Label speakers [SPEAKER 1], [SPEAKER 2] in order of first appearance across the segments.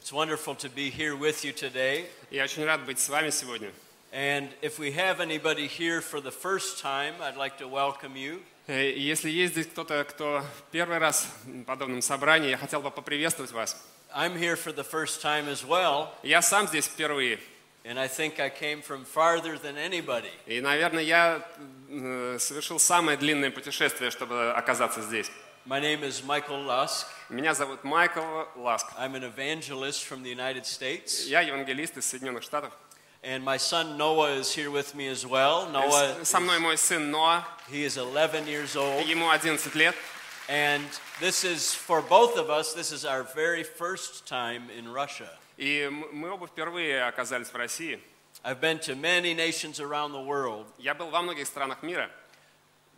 [SPEAKER 1] It's wonderful to be here with you today.
[SPEAKER 2] Я очень рад быть с вами сегодня.
[SPEAKER 1] And if we have anybody here for the first time, I'd like to welcome you.
[SPEAKER 2] Э, и Если есть здесь кто-то, кто первый раз в подобном собрании, я хотел бы поприветствовать вас.
[SPEAKER 1] I'm here for the first time as well,
[SPEAKER 2] Я сам здесь впервые.
[SPEAKER 1] and I think I came from farther than anybody.
[SPEAKER 2] И, наверное, я э, совершил самое длинное путешествие, чтобы оказаться здесь.
[SPEAKER 1] My name is Michael Lusk.
[SPEAKER 2] Меня зовут Майкл Ласк.
[SPEAKER 1] I'm an evangelist from the United States,
[SPEAKER 2] Я евангелист из Соединенных Штатов.
[SPEAKER 1] and my son Noah is here with me as well.
[SPEAKER 2] Э,
[SPEAKER 1] Noah,
[SPEAKER 2] с- Со мной мой сын Ноа,
[SPEAKER 1] he is 11 years old,
[SPEAKER 2] ему 11 лет.
[SPEAKER 1] and this is for both of us. This is our very first time in Russia.
[SPEAKER 2] И м- мы оба впервые оказались в России.
[SPEAKER 1] I've been to many nations around the world.
[SPEAKER 2] Я был во многих странах мира.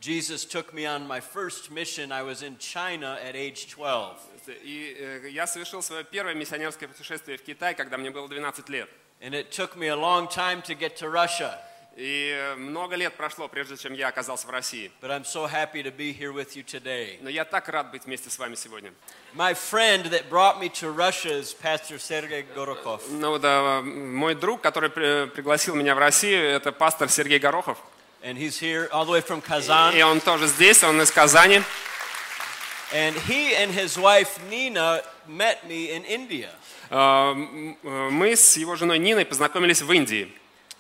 [SPEAKER 1] Jesus took me on my first mission. I was in China at age 12.
[SPEAKER 2] И э, я совершил свое первое миссионерское путешествие в Китай, когда мне было 12 лет.
[SPEAKER 1] And it took me a long time to get to Russia.
[SPEAKER 2] И э, много лет прошло, прежде чем я оказался в России.
[SPEAKER 1] But I'm so happy to be here with you today.
[SPEAKER 2] Но я так рад быть вместе с вами сегодня.
[SPEAKER 1] My friend that brought me to Russia is Pastor Sergei Gorokov.
[SPEAKER 2] Ну да, э, мой друг, который при- пригласил меня в Россию, это пастор Сергей Горохов.
[SPEAKER 1] And he's here all the way from
[SPEAKER 2] И
[SPEAKER 1] Kazan.
[SPEAKER 2] он тоже здесь, он из Казани.
[SPEAKER 1] And he and his wife Nina met me in India.
[SPEAKER 2] Э, м- э, Мы с его женой Ниной познакомились в Индии.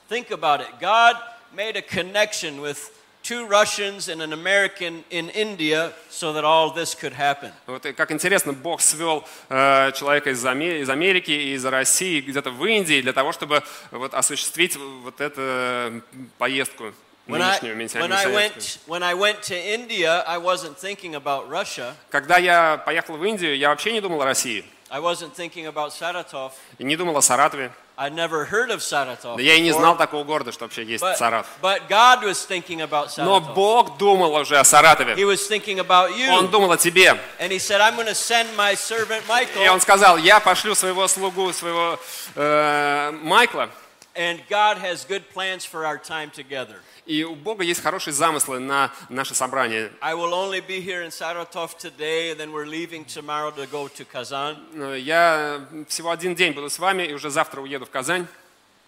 [SPEAKER 1] Think about it. God made a connection with two Russians and an American in India so that all this could happen.
[SPEAKER 2] Вот и как интересно, Бог свел э, человека из, Аме- из Америки, из России, где-то в Индии, для того, чтобы вот, осуществить вот эту м, поездку
[SPEAKER 1] When I,
[SPEAKER 2] нынешнюю миссия-
[SPEAKER 1] when, I
[SPEAKER 2] миссионерскую.
[SPEAKER 1] went, when I went to India, I wasn't thinking about Russia.
[SPEAKER 2] Когда я поехал в Индию, я вообще не думал о России,
[SPEAKER 1] I wasn't thinking about Saratov.
[SPEAKER 2] и не думал о Саратове.
[SPEAKER 1] I'd never heard of Saratov.
[SPEAKER 2] Да я и не
[SPEAKER 1] before.
[SPEAKER 2] знал такого города, что вообще есть
[SPEAKER 1] But,
[SPEAKER 2] Саратов.
[SPEAKER 1] but God was thinking about
[SPEAKER 2] Но
[SPEAKER 1] Saratov.
[SPEAKER 2] Бог думал уже о
[SPEAKER 1] He
[SPEAKER 2] Саратове.
[SPEAKER 1] was thinking about you.
[SPEAKER 2] Он думал о тебе.
[SPEAKER 1] and he said, I'm going to send my servant Michael.
[SPEAKER 2] И он сказал, я пошлю своего слугу, своего э, Майкла,
[SPEAKER 1] and God has good plans for our time together.
[SPEAKER 2] и у Бога есть хорошие замыслы на наше собрание.
[SPEAKER 1] I will only be here in Saratov today, and then we're leaving tomorrow to go to Kazan.
[SPEAKER 2] Ну, Я всего один день буду с вами, и уже завтра уеду в Казань.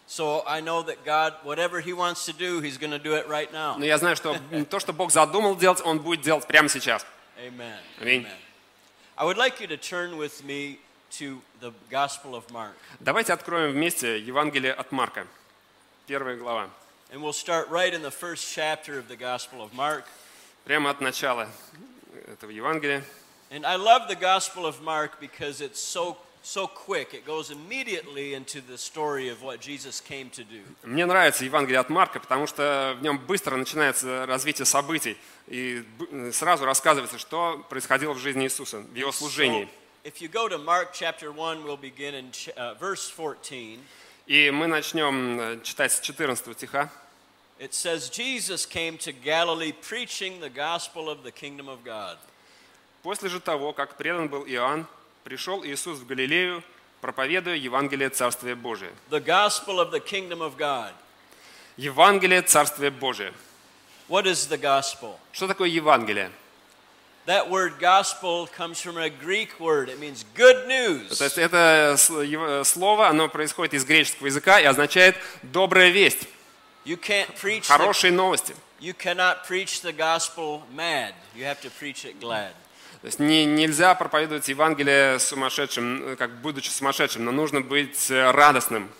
[SPEAKER 1] So I know that God, whatever He wants to do, He's going to do it right now.
[SPEAKER 2] Но я знаю, что то, что Бог задумал делать, Он будет делать прямо сейчас.
[SPEAKER 1] Amen.
[SPEAKER 2] Аминь.
[SPEAKER 1] I would like you to turn with me to the Gospel of Mark,
[SPEAKER 2] Давайте откроем вместе Евангелие от Марка, первая глава.
[SPEAKER 1] and we'll start right in the first chapter of the Gospel of Mark.
[SPEAKER 2] Прямо от начала этого Евангелия.
[SPEAKER 1] And I love the Gospel of Mark because it's so so quick. It goes immediately into the story of what Jesus came to do.
[SPEAKER 2] Мне нравится Евангелие от Марка, потому что в нем быстро начинается развитие событий. И б- э, сразу рассказывается, что происходило в жизни Иисуса, в Его служении.
[SPEAKER 1] So if you go to Mark chapter 1, we'll begin in ch- uh, verse 14.
[SPEAKER 2] И мы начнем э, читать с 14 стиха.
[SPEAKER 1] It says, Jesus came to Galilee preaching the gospel of the kingdom of God.
[SPEAKER 2] После же того, как предан был Иоанн, пришел Иисус в Галилею, проповедуя Евангелие Царствия Божия.
[SPEAKER 1] The gospel of the kingdom of God.
[SPEAKER 2] Евангелие Царствия Божия.
[SPEAKER 1] What is the gospel?
[SPEAKER 2] Что такое Евангелие?
[SPEAKER 1] That word gospel comes from a Greek word. It means good news.
[SPEAKER 2] То есть это с- ев- слово, оно происходит из греческого языка и означает «добрая весть»,
[SPEAKER 1] You can't preach the,
[SPEAKER 2] «хорошие новости».
[SPEAKER 1] you cannot preach the gospel mad. You have to preach it glad.
[SPEAKER 2] То есть не- нельзя проповедовать Евангелие сумасшедшим, э, как будучи сумасшедшим, но нужно быть э, радостным.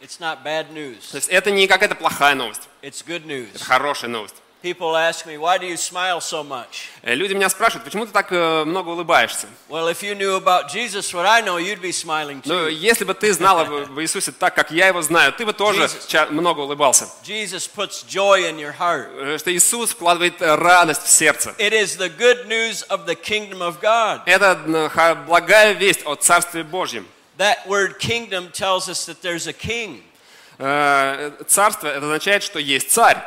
[SPEAKER 1] It's not bad
[SPEAKER 2] То
[SPEAKER 1] news.
[SPEAKER 2] есть это не какая-то плохая новость,
[SPEAKER 1] It's good news.
[SPEAKER 2] хорошая новость.
[SPEAKER 1] People ask me, "Why do you smile so much?"
[SPEAKER 2] Э, Люди меня спрашивают, почему ты так э, много улыбаешься?
[SPEAKER 1] Well, if you knew about Jesus what I know, you'd be smiling
[SPEAKER 2] Ну,
[SPEAKER 1] too.
[SPEAKER 2] если бы ты знал об об Иисусе так, как я его знаю, ты бы тоже
[SPEAKER 1] Jesus.
[SPEAKER 2] ча- много улыбался.
[SPEAKER 1] Jesus puts joy in your heart.
[SPEAKER 2] Э, Что Иисус вкладывает э, радость в сердце.
[SPEAKER 1] It is the good news of the kingdom of God.
[SPEAKER 2] Это э, ха- благая весть о Царстве Божьем.
[SPEAKER 1] That word kingdom tells us that there's a king.
[SPEAKER 2] Э, Царство, это означает, что есть царь.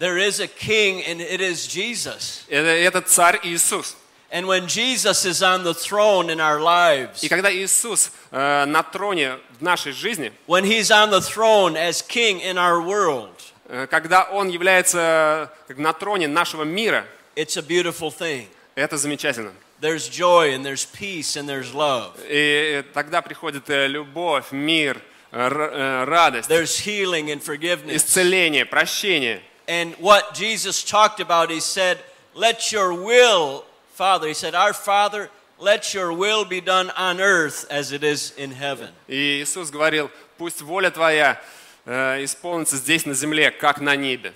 [SPEAKER 1] There is a king, and it is Jesus.
[SPEAKER 2] Это, Э, это царь Иисус.
[SPEAKER 1] And when Jesus is on the throne in our lives,
[SPEAKER 2] И когда Иисус э, на троне в нашей жизни,
[SPEAKER 1] when he's on the throne as king in our world,
[SPEAKER 2] э, когда Он является э, как на троне нашего мира,
[SPEAKER 1] it's a beautiful thing.
[SPEAKER 2] это замечательно.
[SPEAKER 1] there's joy and there's peace and there's love.
[SPEAKER 2] И тогда приходит э, любовь, мир, э, р- э, радость,
[SPEAKER 1] There's healing and forgiveness.
[SPEAKER 2] исцеление, прощение.
[SPEAKER 1] And what Jesus talked about, he said, Let your will, Father, he said, Our Father, let your will be done on earth as it is in heaven.
[SPEAKER 2] И Иисус говорил, пусть воля твоя э, исполнится здесь на земле, как на небе.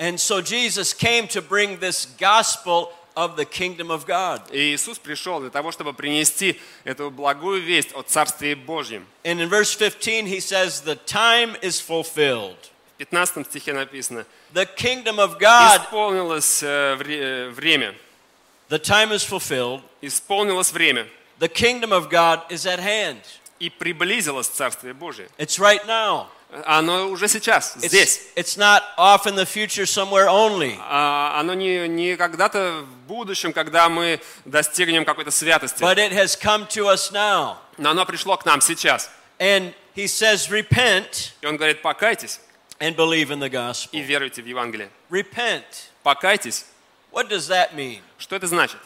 [SPEAKER 1] And so Jesus came to bring this gospel of the kingdom of God.
[SPEAKER 2] И Иисус пришел для того, чтобы принести эту благую весть о Царстве Божьем.
[SPEAKER 1] And in verse 15, he says, The time is fulfilled.
[SPEAKER 2] В 15 стихе написано,
[SPEAKER 1] The kingdom of God,
[SPEAKER 2] исполнилось э, вре- э, время,
[SPEAKER 1] the time is fulfilled.
[SPEAKER 2] исполнилось время,
[SPEAKER 1] The kingdom of God is at hand.
[SPEAKER 2] и приблизилось Царствие Божие.
[SPEAKER 1] It's right now.
[SPEAKER 2] Оно уже сейчас, здесь.
[SPEAKER 1] It's, it's not off in the future somewhere only.
[SPEAKER 2] Ah, А, Оно не, не когда-то в будущем, когда мы достигнем какой-то святости,
[SPEAKER 1] But it has come to us now.
[SPEAKER 2] но оно пришло к нам сейчас.
[SPEAKER 1] And he says, Repent
[SPEAKER 2] И он говорит, покайтесь
[SPEAKER 1] and believe in the
[SPEAKER 2] и
[SPEAKER 1] gospel.
[SPEAKER 2] веруйте в Евангелие.
[SPEAKER 1] Repent.
[SPEAKER 2] Покайтесь.
[SPEAKER 1] What does that mean?
[SPEAKER 2] Что это значит?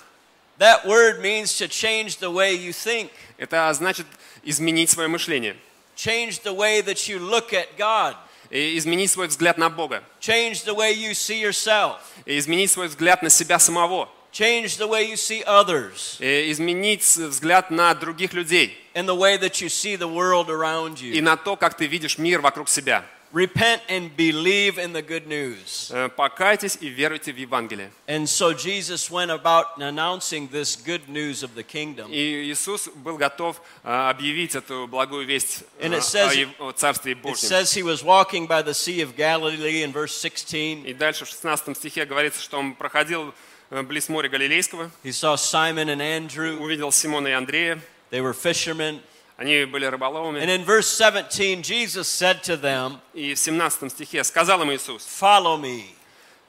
[SPEAKER 1] That word means to change the way you think,
[SPEAKER 2] Это значит изменить свое мышление,
[SPEAKER 1] change the way that you look at God,
[SPEAKER 2] и изменить свой взгляд на Бога,
[SPEAKER 1] change the way you see yourself,
[SPEAKER 2] и изменить свой взгляд на себя самого,
[SPEAKER 1] change the way you see others,
[SPEAKER 2] и изменить с- взгляд на других людей
[SPEAKER 1] and the way that you see the world around
[SPEAKER 2] и
[SPEAKER 1] you.
[SPEAKER 2] на то, как ты видишь мир вокруг себя.
[SPEAKER 1] Repent and believe in the good news.
[SPEAKER 2] Э, Покайтесь и веруйте в Евангелие.
[SPEAKER 1] And so Jesus went about announcing this good news of the kingdom.
[SPEAKER 2] И Иисус был готов а, объявить эту благую весть а,
[SPEAKER 1] And it says-
[SPEAKER 2] о, Ев- о Царстве
[SPEAKER 1] It
[SPEAKER 2] Божьем.
[SPEAKER 1] says he was walking by the Sea of Galilee in verse 16.
[SPEAKER 2] И дальше в 16 стихе говорится, что он проходил э, близ моря Галилейского,
[SPEAKER 1] He saw Simon and Andrew,
[SPEAKER 2] увидел Симона и Андрея,
[SPEAKER 1] they were fishermen.
[SPEAKER 2] они были
[SPEAKER 1] And
[SPEAKER 2] рыболовами.
[SPEAKER 1] in verse 17, Jesus said to them,
[SPEAKER 2] И в 17 стихе сказал им Иисус,
[SPEAKER 1] Follow me,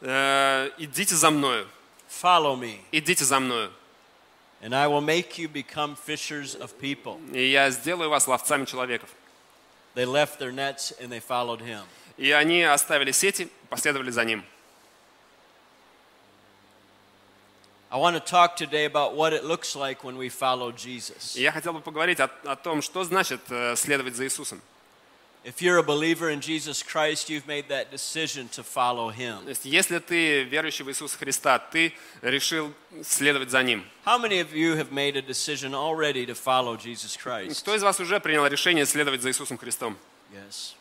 [SPEAKER 2] «Э, идите за мною,
[SPEAKER 1] follow me,
[SPEAKER 2] идите за мною,
[SPEAKER 1] and I will make you become fishers of people.
[SPEAKER 2] и я сделаю вас ловцами человеков.
[SPEAKER 1] They left their nets and they followed him.
[SPEAKER 2] И они оставили сети, последовали за ним.
[SPEAKER 1] I want to talk today about what it looks like when we follow Jesus.
[SPEAKER 2] И я хотел бы поговорить о, о том, что значит э, следовать за Иисусом.
[SPEAKER 1] If you're a believer in Jesus Christ, you've made that decision to follow him.
[SPEAKER 2] То есть, если ты верующий в Иисуса Христа, ты решил следовать за Ним.
[SPEAKER 1] How many of you have made a decision already to follow Jesus Christ?
[SPEAKER 2] Кто из вас уже принял решение следовать за Иисусом Христом?
[SPEAKER 1] Yes.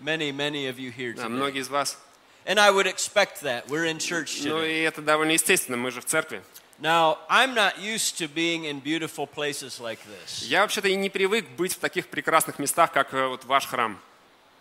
[SPEAKER 1] Many, many of you here
[SPEAKER 2] Да,
[SPEAKER 1] today.
[SPEAKER 2] многие из вас.
[SPEAKER 1] And I would expect that. We're in church
[SPEAKER 2] Ну
[SPEAKER 1] today.
[SPEAKER 2] и это довольно естественно, мы же в церкви.
[SPEAKER 1] Now, I'm not used to being in beautiful places like this.
[SPEAKER 2] Я вообще-то и не привык быть в таких прекрасных местах, как э, вот ваш храм.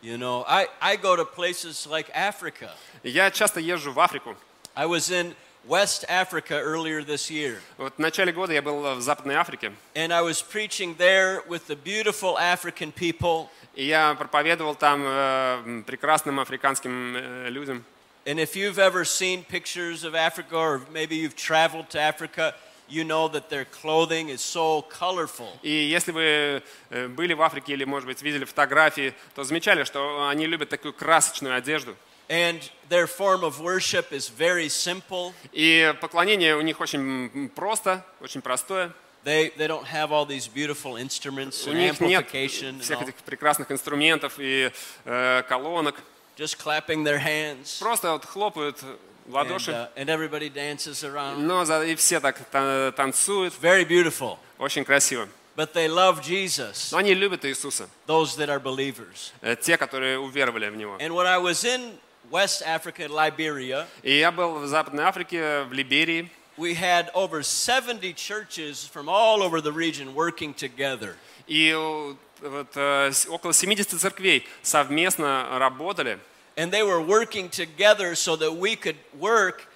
[SPEAKER 1] You know, I, I go to places like Africa.
[SPEAKER 2] Я часто езжу в Африку.
[SPEAKER 1] I was in West Africa earlier this year,
[SPEAKER 2] Вот в начале года я был в Западной Африке,
[SPEAKER 1] and I was preaching there with the beautiful African people.
[SPEAKER 2] и я проповедовал там э, прекрасным африканским э, людям.
[SPEAKER 1] And if you've ever seen pictures of Africa, or maybe you've traveled to Africa, you know that their clothing is so colorful.
[SPEAKER 2] И если вы э, были в Африке или, может быть, видели фотографии, то замечали, что они любят такую красочную одежду.
[SPEAKER 1] And their form of worship is very simple.
[SPEAKER 2] И поклонение у них очень просто, очень простое.
[SPEAKER 1] They, they don't have all these beautiful instruments
[SPEAKER 2] У
[SPEAKER 1] and
[SPEAKER 2] них нет
[SPEAKER 1] amplification, and
[SPEAKER 2] всех
[SPEAKER 1] all,
[SPEAKER 2] этих прекрасных инструментов и э, колонок.
[SPEAKER 1] just clapping their hands.
[SPEAKER 2] Просто вот хлопают в
[SPEAKER 1] And,
[SPEAKER 2] ладоши,
[SPEAKER 1] uh, and everybody dances around.
[SPEAKER 2] но за- и все так та- танцуют.
[SPEAKER 1] Very beautiful.
[SPEAKER 2] Очень красиво.
[SPEAKER 1] But they love Jesus,
[SPEAKER 2] Но они любят Иисуса,
[SPEAKER 1] those that are believers.
[SPEAKER 2] э, те, которые уверовали в Него.
[SPEAKER 1] And when I was in West Africa, Liberia,
[SPEAKER 2] И я был в Западной Африке, в Либерии.
[SPEAKER 1] we had over 70 churches from all over the region working together.
[SPEAKER 2] И э, вот, э, с- около 70 церквей совместно работали.
[SPEAKER 1] And they were working together so that we could work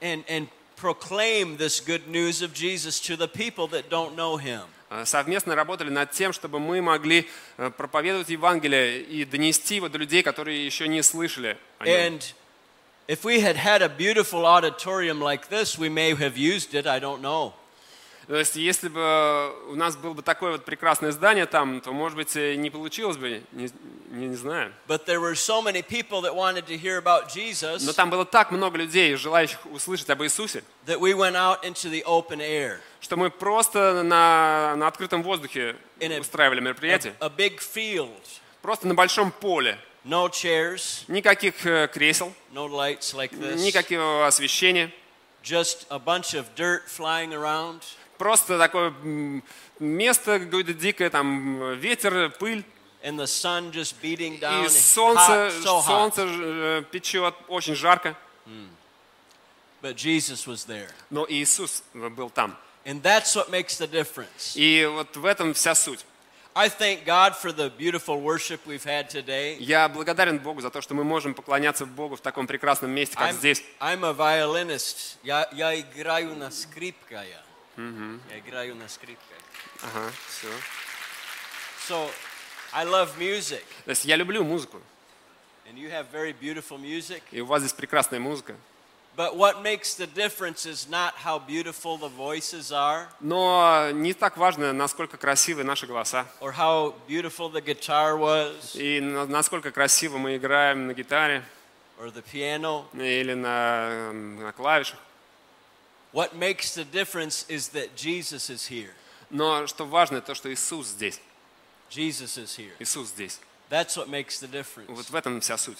[SPEAKER 1] and, and proclaim this good news of Jesus to the people that don't know him.
[SPEAKER 2] э, Совместно работали над тем, чтобы мы могли э, проповедовать Евангелие и донести его до людей, которые еще не слышали о нем.
[SPEAKER 1] And if we had had a beautiful auditorium like this, we may have used it, I don't know.
[SPEAKER 2] То есть, если бы э, у нас было бы такое вот прекрасное здание там, то, может быть, и не получилось бы, не, не- не знаю.
[SPEAKER 1] But there were so many people that wanted to hear about
[SPEAKER 2] Но
[SPEAKER 1] Jesus
[SPEAKER 2] там было так много людей, желающих услышать об Иисусе,
[SPEAKER 1] that we went out into the open air.
[SPEAKER 2] что мы просто на, на открытом воздухе
[SPEAKER 1] In a-
[SPEAKER 2] устраивали мероприятие.
[SPEAKER 1] A big field,
[SPEAKER 2] Просто на большом поле.
[SPEAKER 1] no chairs,
[SPEAKER 2] Никаких э, кресел,
[SPEAKER 1] no lights like this,
[SPEAKER 2] никакого освещения.
[SPEAKER 1] just a bunch of dirt flying around.
[SPEAKER 2] Просто такое м, место какое-то дикое, там э, ветер, пыль.
[SPEAKER 1] And the sun just beating down.
[SPEAKER 2] И
[SPEAKER 1] hot,
[SPEAKER 2] солнце,
[SPEAKER 1] so hot.
[SPEAKER 2] солнце э, печет, очень жарко.
[SPEAKER 1] But Jesus was there.
[SPEAKER 2] Но Иисус был там.
[SPEAKER 1] And that's what makes the difference.
[SPEAKER 2] И вот в этом вся суть.
[SPEAKER 1] I thank God for the beautiful worship we've had today.
[SPEAKER 2] Я благодарен Богу за то, что мы можем поклоняться Богу в таком прекрасном месте, как
[SPEAKER 1] I'm,
[SPEAKER 2] здесь.
[SPEAKER 1] I'm a violinist. Я, я играю на скрипка я. Я играю на скрипке. Uh-huh,
[SPEAKER 2] Ага, все.
[SPEAKER 1] So I love music.
[SPEAKER 2] То есть я люблю музыку,
[SPEAKER 1] And you have very beautiful music.
[SPEAKER 2] и у вас здесь прекрасная музыка.
[SPEAKER 1] But what makes the difference is not how beautiful the voices are
[SPEAKER 2] Но не так важно, насколько красивы наши голоса,
[SPEAKER 1] or how beautiful the guitar was
[SPEAKER 2] и на- насколько красиво мы играем на гитаре
[SPEAKER 1] or the piano.
[SPEAKER 2] или на, на клавишах.
[SPEAKER 1] What makes the difference is that Jesus is here.
[SPEAKER 2] Но что важно, то, что Иисус здесь.
[SPEAKER 1] Jesus is here.
[SPEAKER 2] Иисус здесь.
[SPEAKER 1] That's what makes the difference.
[SPEAKER 2] Вот в этом вся суть.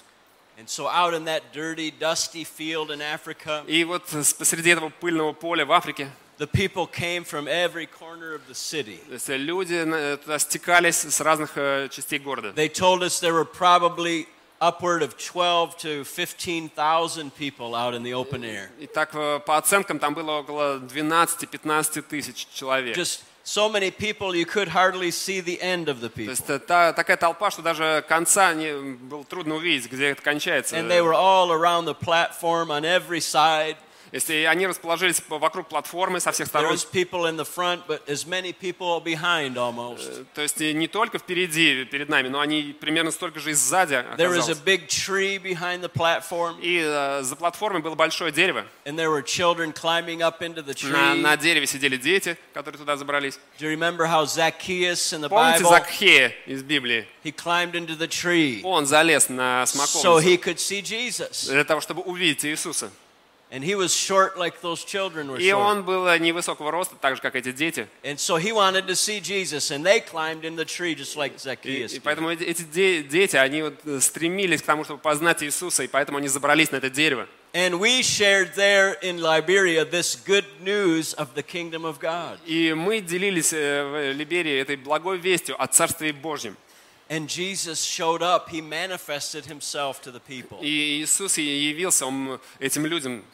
[SPEAKER 1] And so out in that dirty, dusty field in Africa,
[SPEAKER 2] И вот с- посреди этого пыльного поля в Африке
[SPEAKER 1] the people came from every корner of the city.
[SPEAKER 2] то есть люди э, туда стекались с разных э, частей города.
[SPEAKER 1] They told us there were probably upward of 12 to 15,000 people out in the open air.
[SPEAKER 2] И так, э, по оценкам, там было около 12-15 тысяч человек.
[SPEAKER 1] Just so many people you could hardly see the end of the
[SPEAKER 2] То
[SPEAKER 1] people.
[SPEAKER 2] есть э, та- такая толпа, что даже конца не, было трудно увидеть, где это кончается.
[SPEAKER 1] And they were all around the platform on every side.
[SPEAKER 2] Если они расположились по- вокруг платформы со всех
[SPEAKER 1] There
[SPEAKER 2] сторон,
[SPEAKER 1] was people in the front, but as many people behind almost.
[SPEAKER 2] э, то есть э, не только впереди, перед нами, но они примерно столько же и сзади
[SPEAKER 1] There was a
[SPEAKER 2] оказалось.
[SPEAKER 1] big tree behind the platform,
[SPEAKER 2] И э, за платформой было большое дерево.
[SPEAKER 1] and there were children climbing up into the tree.
[SPEAKER 2] На, на дереве сидели дети, которые туда забрались.
[SPEAKER 1] Do you remember how Zacchaeus in the
[SPEAKER 2] Помните
[SPEAKER 1] Bible
[SPEAKER 2] Закхея из Библии?
[SPEAKER 1] he climbed into the tree
[SPEAKER 2] Он залез на
[SPEAKER 1] so
[SPEAKER 2] смоковницу
[SPEAKER 1] he could see Jesus,
[SPEAKER 2] для того, чтобы увидеть Иисуса.
[SPEAKER 1] and he was short like those children were
[SPEAKER 2] И
[SPEAKER 1] short,
[SPEAKER 2] он был э, невысокого роста, так же, как эти дети.
[SPEAKER 1] and so he wanted to see Jesus, and they climbed in the tree just like
[SPEAKER 2] И,
[SPEAKER 1] Zacchaeus.
[SPEAKER 2] и
[SPEAKER 1] did.
[SPEAKER 2] поэтому эти- эти де- дети, они вот э, стремились к тому, чтобы познать Иисуса, и поэтому они забрались на это дерево.
[SPEAKER 1] And we shared there in Liberia this good news of the kingdom of God,
[SPEAKER 2] И мы делились э, в Либерии этой благой вестью о Царстве Божьем.
[SPEAKER 1] and Jesus showed up. He manifested himself to the people.
[SPEAKER 2] И Иисус и явился он этим людям.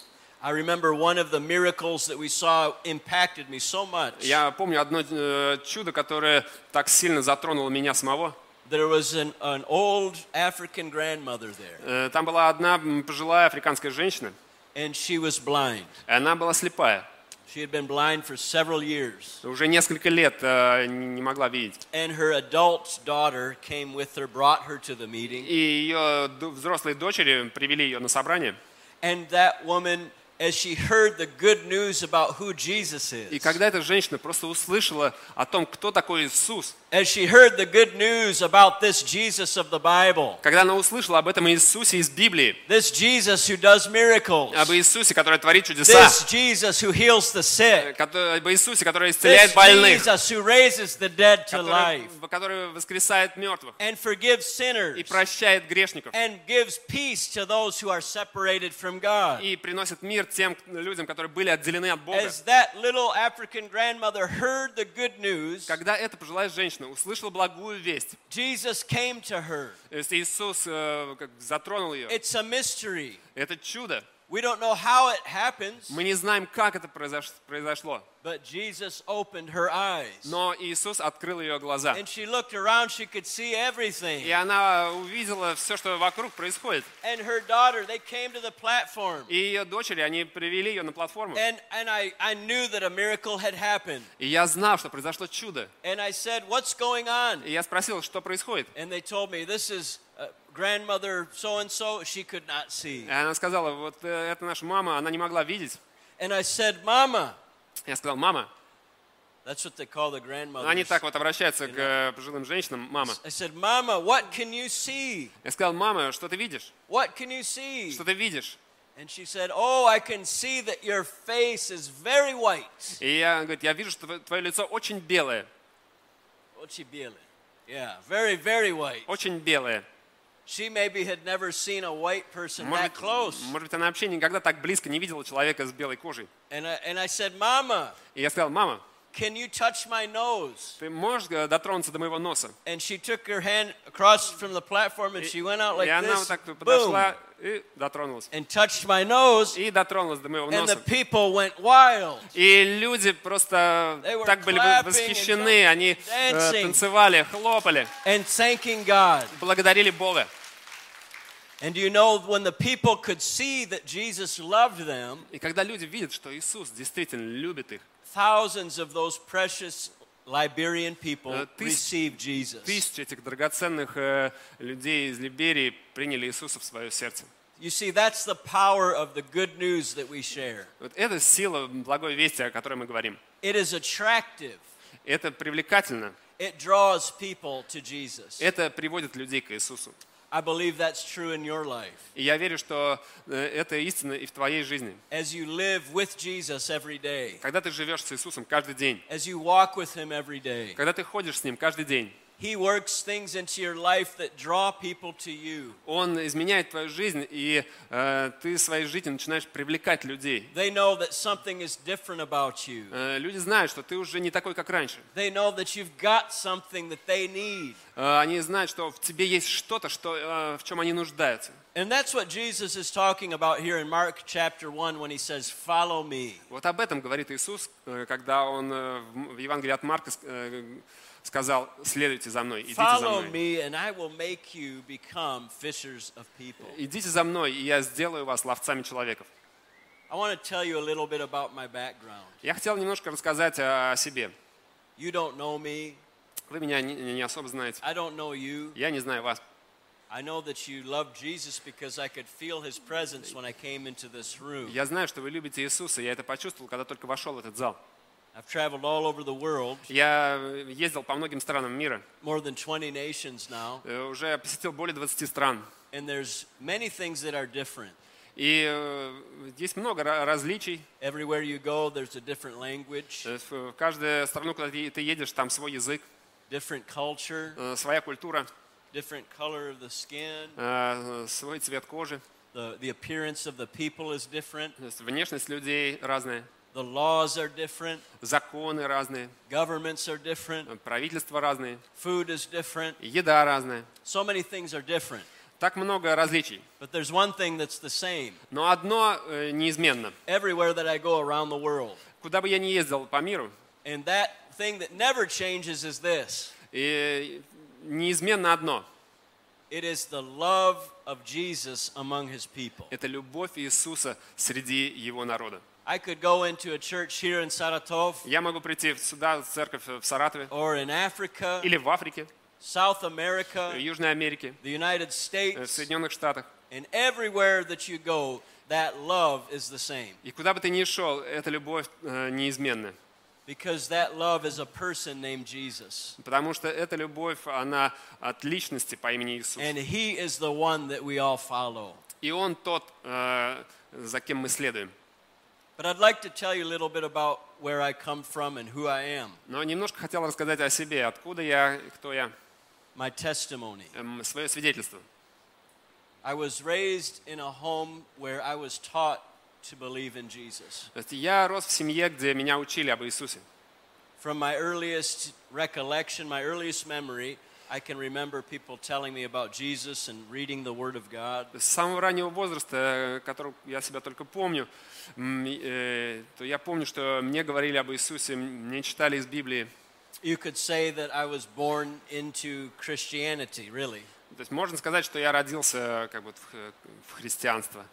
[SPEAKER 1] I remember one of the miracles that we saw impacted me so much.
[SPEAKER 2] Я помню одно э, чудо, которое так сильно затронуло меня самого.
[SPEAKER 1] There was an, an old African grandmother there,
[SPEAKER 2] Э, Там была одна м, пожилая африканская женщина,
[SPEAKER 1] and she was blind.
[SPEAKER 2] и она была слепая.
[SPEAKER 1] She had been blind for several years,
[SPEAKER 2] Уже несколько лет э, не могла видеть.
[SPEAKER 1] and her adult daughter came with her, brought her to the meeting,
[SPEAKER 2] И ее ду- взрослые дочери привели ее на собрание.
[SPEAKER 1] and that woman, as she heard the good news about who Jesus
[SPEAKER 2] И
[SPEAKER 1] is,
[SPEAKER 2] когда эта женщина просто услышала о том, кто такой Иисус,
[SPEAKER 1] as she heard the good news about this Jesus of the Bible,
[SPEAKER 2] когда она услышала об этом Иисусе из Библии,
[SPEAKER 1] this Jesus who does miracles,
[SPEAKER 2] об Иисусе, который творит чудеса,
[SPEAKER 1] this Jesus who heals the sick,
[SPEAKER 2] кото- об Иисусе, который
[SPEAKER 1] this
[SPEAKER 2] исцеляет больных,
[SPEAKER 1] Jesus who raises the dead to
[SPEAKER 2] который,
[SPEAKER 1] life,
[SPEAKER 2] который воскресает мертвых
[SPEAKER 1] and forgives
[SPEAKER 2] и
[SPEAKER 1] sinners.
[SPEAKER 2] прощает грешников
[SPEAKER 1] and gives peace to those who are separated from God.
[SPEAKER 2] и приносит мир тем людям, которые были отделены от Бога.
[SPEAKER 1] As that little African grandmother heard the good news,
[SPEAKER 2] Когда эта пожилая женщина услышала благую весть,
[SPEAKER 1] Jesus came to her.
[SPEAKER 2] то есть Иисус э, как затронул ее,
[SPEAKER 1] It's a mystery.
[SPEAKER 2] это чудо.
[SPEAKER 1] We don't know how it happens,
[SPEAKER 2] Мы не знаем, как это произош- произошло,
[SPEAKER 1] but Jesus opened her eyes.
[SPEAKER 2] но Иисус открыл ее глаза.
[SPEAKER 1] And she looked around, she could see everything.
[SPEAKER 2] И она увидела все, что вокруг происходит.
[SPEAKER 1] And her daughter, they came to the platform.
[SPEAKER 2] И ее дочери, они привели ее на платформу.
[SPEAKER 1] And, and I, I knew that a miracle had happened.
[SPEAKER 2] И я знал, что произошло чудо.
[SPEAKER 1] And I said, What's going on?
[SPEAKER 2] И я спросил, что происходит.
[SPEAKER 1] And they told me, This is uh, grandmother so and so, she could not see.
[SPEAKER 2] И она сказала, вот э, это наша мама, она не могла видеть.
[SPEAKER 1] And I said, Mama,
[SPEAKER 2] Я сказал, мама.
[SPEAKER 1] that's what they call the
[SPEAKER 2] Они
[SPEAKER 1] grandmothers.
[SPEAKER 2] так вот обращаются к э, пожилым женщинам, мама.
[SPEAKER 1] I said, Mama, what can you see?
[SPEAKER 2] Я сказал, мама, что ты видишь?
[SPEAKER 1] What can you see?
[SPEAKER 2] Что ты видишь?
[SPEAKER 1] And she said, Oh, I can see that your face is very white.
[SPEAKER 2] И я, говорит, я вижу, что твое лицо очень белое,
[SPEAKER 1] Ochibele. Yeah, very, very white.
[SPEAKER 2] очень белое.
[SPEAKER 1] She maybe had never seen a white person that
[SPEAKER 2] Может,
[SPEAKER 1] close.
[SPEAKER 2] может быть, она вообще никогда так близко не видела человека с белой кожей.
[SPEAKER 1] And I, and I said, Mama,
[SPEAKER 2] И я сказал, мама,
[SPEAKER 1] can you touch my nose?
[SPEAKER 2] ты можешь э, дотронуться до моего носа?
[SPEAKER 1] And she took her hand across from the platform and she went out like
[SPEAKER 2] и она
[SPEAKER 1] this
[SPEAKER 2] вот так подошла
[SPEAKER 1] boom,
[SPEAKER 2] и дотронулась.
[SPEAKER 1] and touched my nose.
[SPEAKER 2] И дотронулась до моего
[SPEAKER 1] And the
[SPEAKER 2] носа.
[SPEAKER 1] people went wild.
[SPEAKER 2] И люди просто
[SPEAKER 1] They were
[SPEAKER 2] так были
[SPEAKER 1] clapping and
[SPEAKER 2] восхищены, они э,
[SPEAKER 1] dancing.
[SPEAKER 2] танцевали, хлопали,
[SPEAKER 1] and thanking God.
[SPEAKER 2] благодарили Бога.
[SPEAKER 1] And do you know when the people could see that Jesus loved them,
[SPEAKER 2] И когда люди видят, что Иисус действительно любит их,
[SPEAKER 1] thousands of those precious Liberian people
[SPEAKER 2] Uh, тыс-
[SPEAKER 1] received Jesus.
[SPEAKER 2] тысячи этих драгоценных э, людей из Либерии приняли Иисуса в свое сердце.
[SPEAKER 1] You see, that's the power of the good news that we share.
[SPEAKER 2] Вот это сила благой вести, о которой мы говорим.
[SPEAKER 1] It is attractive.
[SPEAKER 2] Это привлекательно,
[SPEAKER 1] It draws people to Jesus.
[SPEAKER 2] это приводит людей к Иисусу.
[SPEAKER 1] I believe that's true in your life.
[SPEAKER 2] И я верю, что э, это истина и в твоей жизни.
[SPEAKER 1] As you live with Jesus every day,
[SPEAKER 2] Когда ты живешь с Иисусом каждый день,
[SPEAKER 1] as you walk with him every day,
[SPEAKER 2] когда ты ходишь с Ним каждый день,
[SPEAKER 1] he works things into your life that draw people to you.
[SPEAKER 2] Он изменяет твою жизнь, и э, ты своей жизнью начинаешь привлекать людей.
[SPEAKER 1] They know that something is different about you.
[SPEAKER 2] Э, люди знают, что ты уже не такой, как раньше.
[SPEAKER 1] They know that you've got something that they need.
[SPEAKER 2] Э, они знают, что в тебе есть что-то, что, э, в чем они нуждаются.
[SPEAKER 1] And that's what Jesus is talking about here in Mark chapter 1 when he says, Follow me.
[SPEAKER 2] Вот об этом говорит Иисус, э, когда Он э, в М- в Евангелии от Марка ск- э, сказал, следуйте за мной, идите за
[SPEAKER 1] Follow
[SPEAKER 2] мной.
[SPEAKER 1] me, and I will make you become fishers of people.
[SPEAKER 2] Идите за мной, и я сделаю вас ловцами человеков.
[SPEAKER 1] I want to tell you a little bit about my background.
[SPEAKER 2] Я хотел немножко рассказать о о себе.
[SPEAKER 1] You don't know me.
[SPEAKER 2] Вы меня не, не особо знаете.
[SPEAKER 1] I don't know you.
[SPEAKER 2] Я не знаю вас.
[SPEAKER 1] I know that you love Jesus because I could feel his presence when I came into this room.
[SPEAKER 2] Я знаю, что вы любите Иисуса. Я это почувствовал, когда только вошел в этот зал.
[SPEAKER 1] I've traveled all over the world,
[SPEAKER 2] Я э, ездил по многим странам мира.
[SPEAKER 1] more than 20 nations now,
[SPEAKER 2] Э, Уже посетил более 20 стран.
[SPEAKER 1] and there's many things that are different.
[SPEAKER 2] И э, есть много ра- различий.
[SPEAKER 1] Everywhere you go, there's a different language,
[SPEAKER 2] Э, В в каждую страну, куда ты ты едешь, там свой язык,
[SPEAKER 1] different culture,
[SPEAKER 2] э, своя культура,
[SPEAKER 1] different color of the skin.
[SPEAKER 2] э, свой цвет кожи.
[SPEAKER 1] The, the appearance of the people is different.
[SPEAKER 2] То есть Внешность людей разная,
[SPEAKER 1] The laws are different.
[SPEAKER 2] законы разные,
[SPEAKER 1] Governments are different.
[SPEAKER 2] э, правительства разные,
[SPEAKER 1] Food is different.
[SPEAKER 2] еда разная.
[SPEAKER 1] So many things are different.
[SPEAKER 2] Так много различий.
[SPEAKER 1] But there's one thing that's the same
[SPEAKER 2] Но одно э, неизменно.
[SPEAKER 1] everywhere that I go around the world.
[SPEAKER 2] Куда бы я ни ездил по миру,
[SPEAKER 1] And that thing that never changes is this
[SPEAKER 2] э, неизменно одно –
[SPEAKER 1] it is the love of Jesus among his people.
[SPEAKER 2] это любовь Иисуса среди его народа.
[SPEAKER 1] I could go into a church here in Saratov
[SPEAKER 2] Я могу прийти в- сюда, в церковь в Саратове,
[SPEAKER 1] or in Africa,
[SPEAKER 2] или в Африке,
[SPEAKER 1] South
[SPEAKER 2] в
[SPEAKER 1] America,
[SPEAKER 2] Южной Америке,
[SPEAKER 1] the United
[SPEAKER 2] э, в
[SPEAKER 1] States,
[SPEAKER 2] Соединенных Штатах.
[SPEAKER 1] and everywhere that you go, that love is the same.
[SPEAKER 2] И куда бы ты ни шел, эта любовь э, неизменна.
[SPEAKER 1] Because that love is a person named Jesus.
[SPEAKER 2] Потому что эта любовь, она от личности по имени Иисус.
[SPEAKER 1] And he is the one that we all follow.
[SPEAKER 2] И Он тот, э, за кем мы следуем.
[SPEAKER 1] But I'd like to tell you a little bit about where I come from and who I am,
[SPEAKER 2] Но немножко хотел рассказать о себе, откуда я, кто я,
[SPEAKER 1] my testimony.
[SPEAKER 2] свое свидетельство.
[SPEAKER 1] I was raised in a home where I was taught to believe in Jesus.
[SPEAKER 2] То есть я рос в семье, где меня учили об Иисусе.
[SPEAKER 1] From my earliest recollection, my earliest memory, I can remember people telling me about Jesus and reading the Word of God.
[SPEAKER 2] С самого раннего возраста, э, которого я себя только помню, м, э, то я помню, что мне говорили об Иисусе, мне читали из Библии.
[SPEAKER 1] You could say that I was born into Christianity, really.
[SPEAKER 2] То есть можно сказать, что я родился как бы в х- в христианство.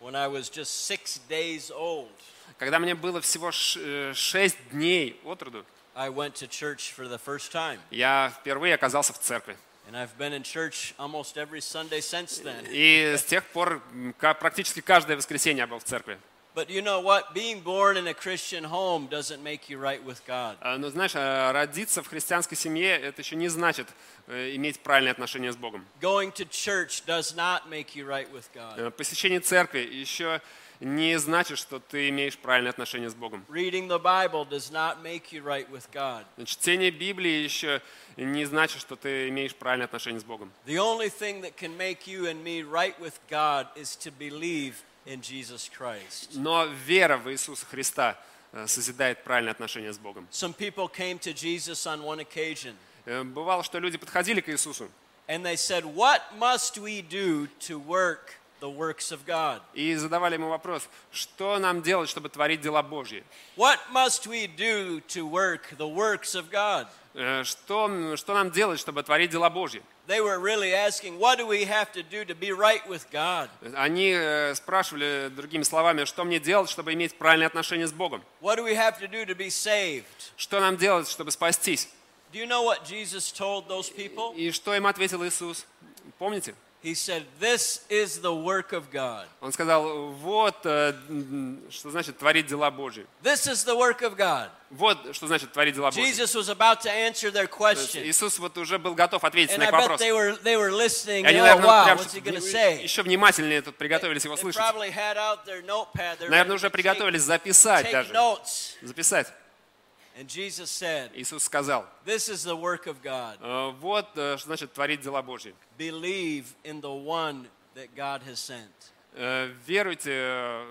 [SPEAKER 1] When I was just six days old,
[SPEAKER 2] Когда мне было всего ш- э, шесть дней от роду,
[SPEAKER 1] I went to church for the first time.
[SPEAKER 2] я впервые оказался в церкви.
[SPEAKER 1] And I've been in church almost every Sunday since then.
[SPEAKER 2] И с тех пор м, ка- практически каждое воскресенье я был в церкви.
[SPEAKER 1] But you know what? Being born in a Christian home doesn't make you right with God.
[SPEAKER 2] А, Но знаешь, а, родиться в христианской семье, это еще не значит э, иметь правильные отношения с Богом.
[SPEAKER 1] Going to church does not make you right with God.
[SPEAKER 2] Э, Посещение церкви еще не значит, что ты имеешь правильные отношения с Богом.
[SPEAKER 1] Reading the Bible does not make you right with God.
[SPEAKER 2] Чтение Библии еще не значит, что ты имеешь правильные отношения с Богом.
[SPEAKER 1] The only thing that can make you and me right with God is to believe in Jesus Christ.
[SPEAKER 2] Но вера в Иисуса Христа э, созидает правильные отношения с Богом.
[SPEAKER 1] Some people came to Jesus on one occasion
[SPEAKER 2] Э, Бывало, что люди подходили к Иисусу
[SPEAKER 1] and they said, What must we do to work the works of God?
[SPEAKER 2] и задавали ему вопрос, что нам делать, чтобы творить дела Божьи?
[SPEAKER 1] What must we do to work the works of God?
[SPEAKER 2] Э, Что, что нам делать, чтобы творить дела Божьи?
[SPEAKER 1] They were really asking, What do we have to do to be right with God?
[SPEAKER 2] Они э, спрашивали, другими словами, что мне делать, чтобы иметь правильные отношения с Богом?
[SPEAKER 1] What do we have to do to be saved?
[SPEAKER 2] Что нам делать, чтобы спастись?
[SPEAKER 1] Do you know what Jesus told those people?
[SPEAKER 2] И что им ответил Иисус? Помните?
[SPEAKER 1] He said, This is the work of God.
[SPEAKER 2] Он сказал, вот э, м, что значит творить дела Божьи.
[SPEAKER 1] This is the work of God.
[SPEAKER 2] Вот что значит творить дела Божьи.
[SPEAKER 1] Jesus was about to answer their
[SPEAKER 2] То есть
[SPEAKER 1] question.
[SPEAKER 2] Иисус вот уже был готов ответить
[SPEAKER 1] And
[SPEAKER 2] на
[SPEAKER 1] I
[SPEAKER 2] их
[SPEAKER 1] bet
[SPEAKER 2] вопрос.
[SPEAKER 1] they were, they were listening.
[SPEAKER 2] И они,
[SPEAKER 1] you know,
[SPEAKER 2] наверное,
[SPEAKER 1] wow,
[SPEAKER 2] прям
[SPEAKER 1] what's he
[SPEAKER 2] чтоб
[SPEAKER 1] going to
[SPEAKER 2] вне-
[SPEAKER 1] say?
[SPEAKER 2] еще внимательнее тут приготовились его
[SPEAKER 1] They
[SPEAKER 2] слышать.
[SPEAKER 1] probably had out their notepad. They're
[SPEAKER 2] Наверное, уже
[SPEAKER 1] ready to take-
[SPEAKER 2] приготовились записать
[SPEAKER 1] take
[SPEAKER 2] даже.
[SPEAKER 1] notes.
[SPEAKER 2] Записать.
[SPEAKER 1] And Jesus said,
[SPEAKER 2] Иисус сказал,
[SPEAKER 1] This is the work of God.
[SPEAKER 2] «Э, вот э, что значит творить дела Божьи.
[SPEAKER 1] Believe in the one that God has sent.
[SPEAKER 2] Э, Веруйте э,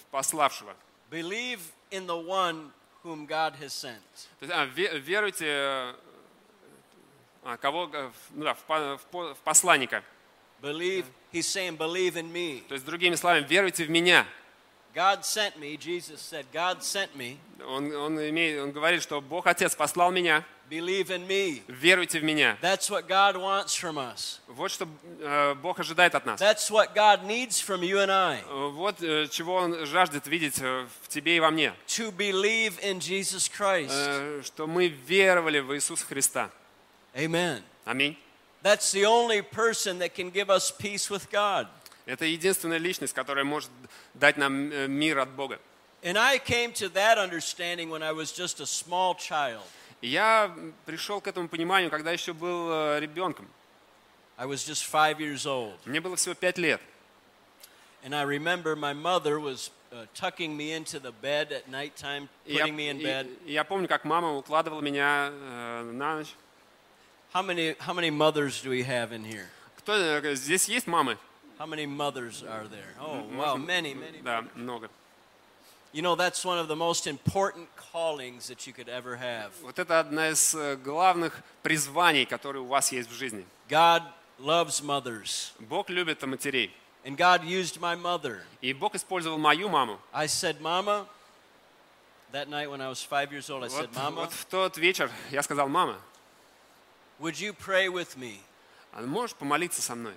[SPEAKER 2] в пославшего.
[SPEAKER 1] Believe in the one whom God has sent.
[SPEAKER 2] То есть, а, ве- веруйте э, а, кого, э, в- ну да, в, по- в по- в посланника.
[SPEAKER 1] Believe, he's saying, believe in me.
[SPEAKER 2] То есть, другими словами, веруйте в меня.
[SPEAKER 1] God sent me, Jesus said, God sent me.
[SPEAKER 2] Он, он, имеет, он говорит, что Бог Отец послал меня,
[SPEAKER 1] Believe in me.
[SPEAKER 2] веруйте в меня.
[SPEAKER 1] That's what God wants from us.
[SPEAKER 2] Вот что э, Бог ожидает от нас.
[SPEAKER 1] That's what God needs from you and I.
[SPEAKER 2] Э, Вот э, чего Он жаждет видеть э, в тебе и во мне.
[SPEAKER 1] To believe in Jesus Christ.
[SPEAKER 2] Э, Что мы веровали в Иисуса Христа.
[SPEAKER 1] Amen.
[SPEAKER 2] Аминь.
[SPEAKER 1] That's the only person that can give us peace with God.
[SPEAKER 2] Это единственная личность, которая может дать нам э, мир от Бога.
[SPEAKER 1] And I came to that understanding when I was just a small child.
[SPEAKER 2] И Я пришел к этому пониманию, когда еще был э, ребенком.
[SPEAKER 1] I was just five years old.
[SPEAKER 2] Мне было всего пять лет.
[SPEAKER 1] And I remember my mother was uh, tucking me into the bed at nighttime,
[SPEAKER 2] И я,
[SPEAKER 1] putting me in
[SPEAKER 2] и-
[SPEAKER 1] bed.
[SPEAKER 2] и я помню, как мама укладывала меня э, на ночь.
[SPEAKER 1] How many, how many mothers do we have in here?
[SPEAKER 2] Кто э, здесь есть мамы?
[SPEAKER 1] How many mothers are there? Oh, wow, many, many.
[SPEAKER 2] Да, много.
[SPEAKER 1] You know, that's one of the most important callings that you could ever have.
[SPEAKER 2] Вот это одна из э, главных призваний, которые у вас есть в жизни.
[SPEAKER 1] God loves mothers,
[SPEAKER 2] Бог любит матерей.
[SPEAKER 1] and God used my mother.
[SPEAKER 2] И Бог использовал мою маму.
[SPEAKER 1] I said, Mama, that night when I was five years old, I
[SPEAKER 2] Вот,
[SPEAKER 1] said, Mama,
[SPEAKER 2] вот в тот вечер я сказал, мама,
[SPEAKER 1] would you pray with me?
[SPEAKER 2] а можешь помолиться со мной?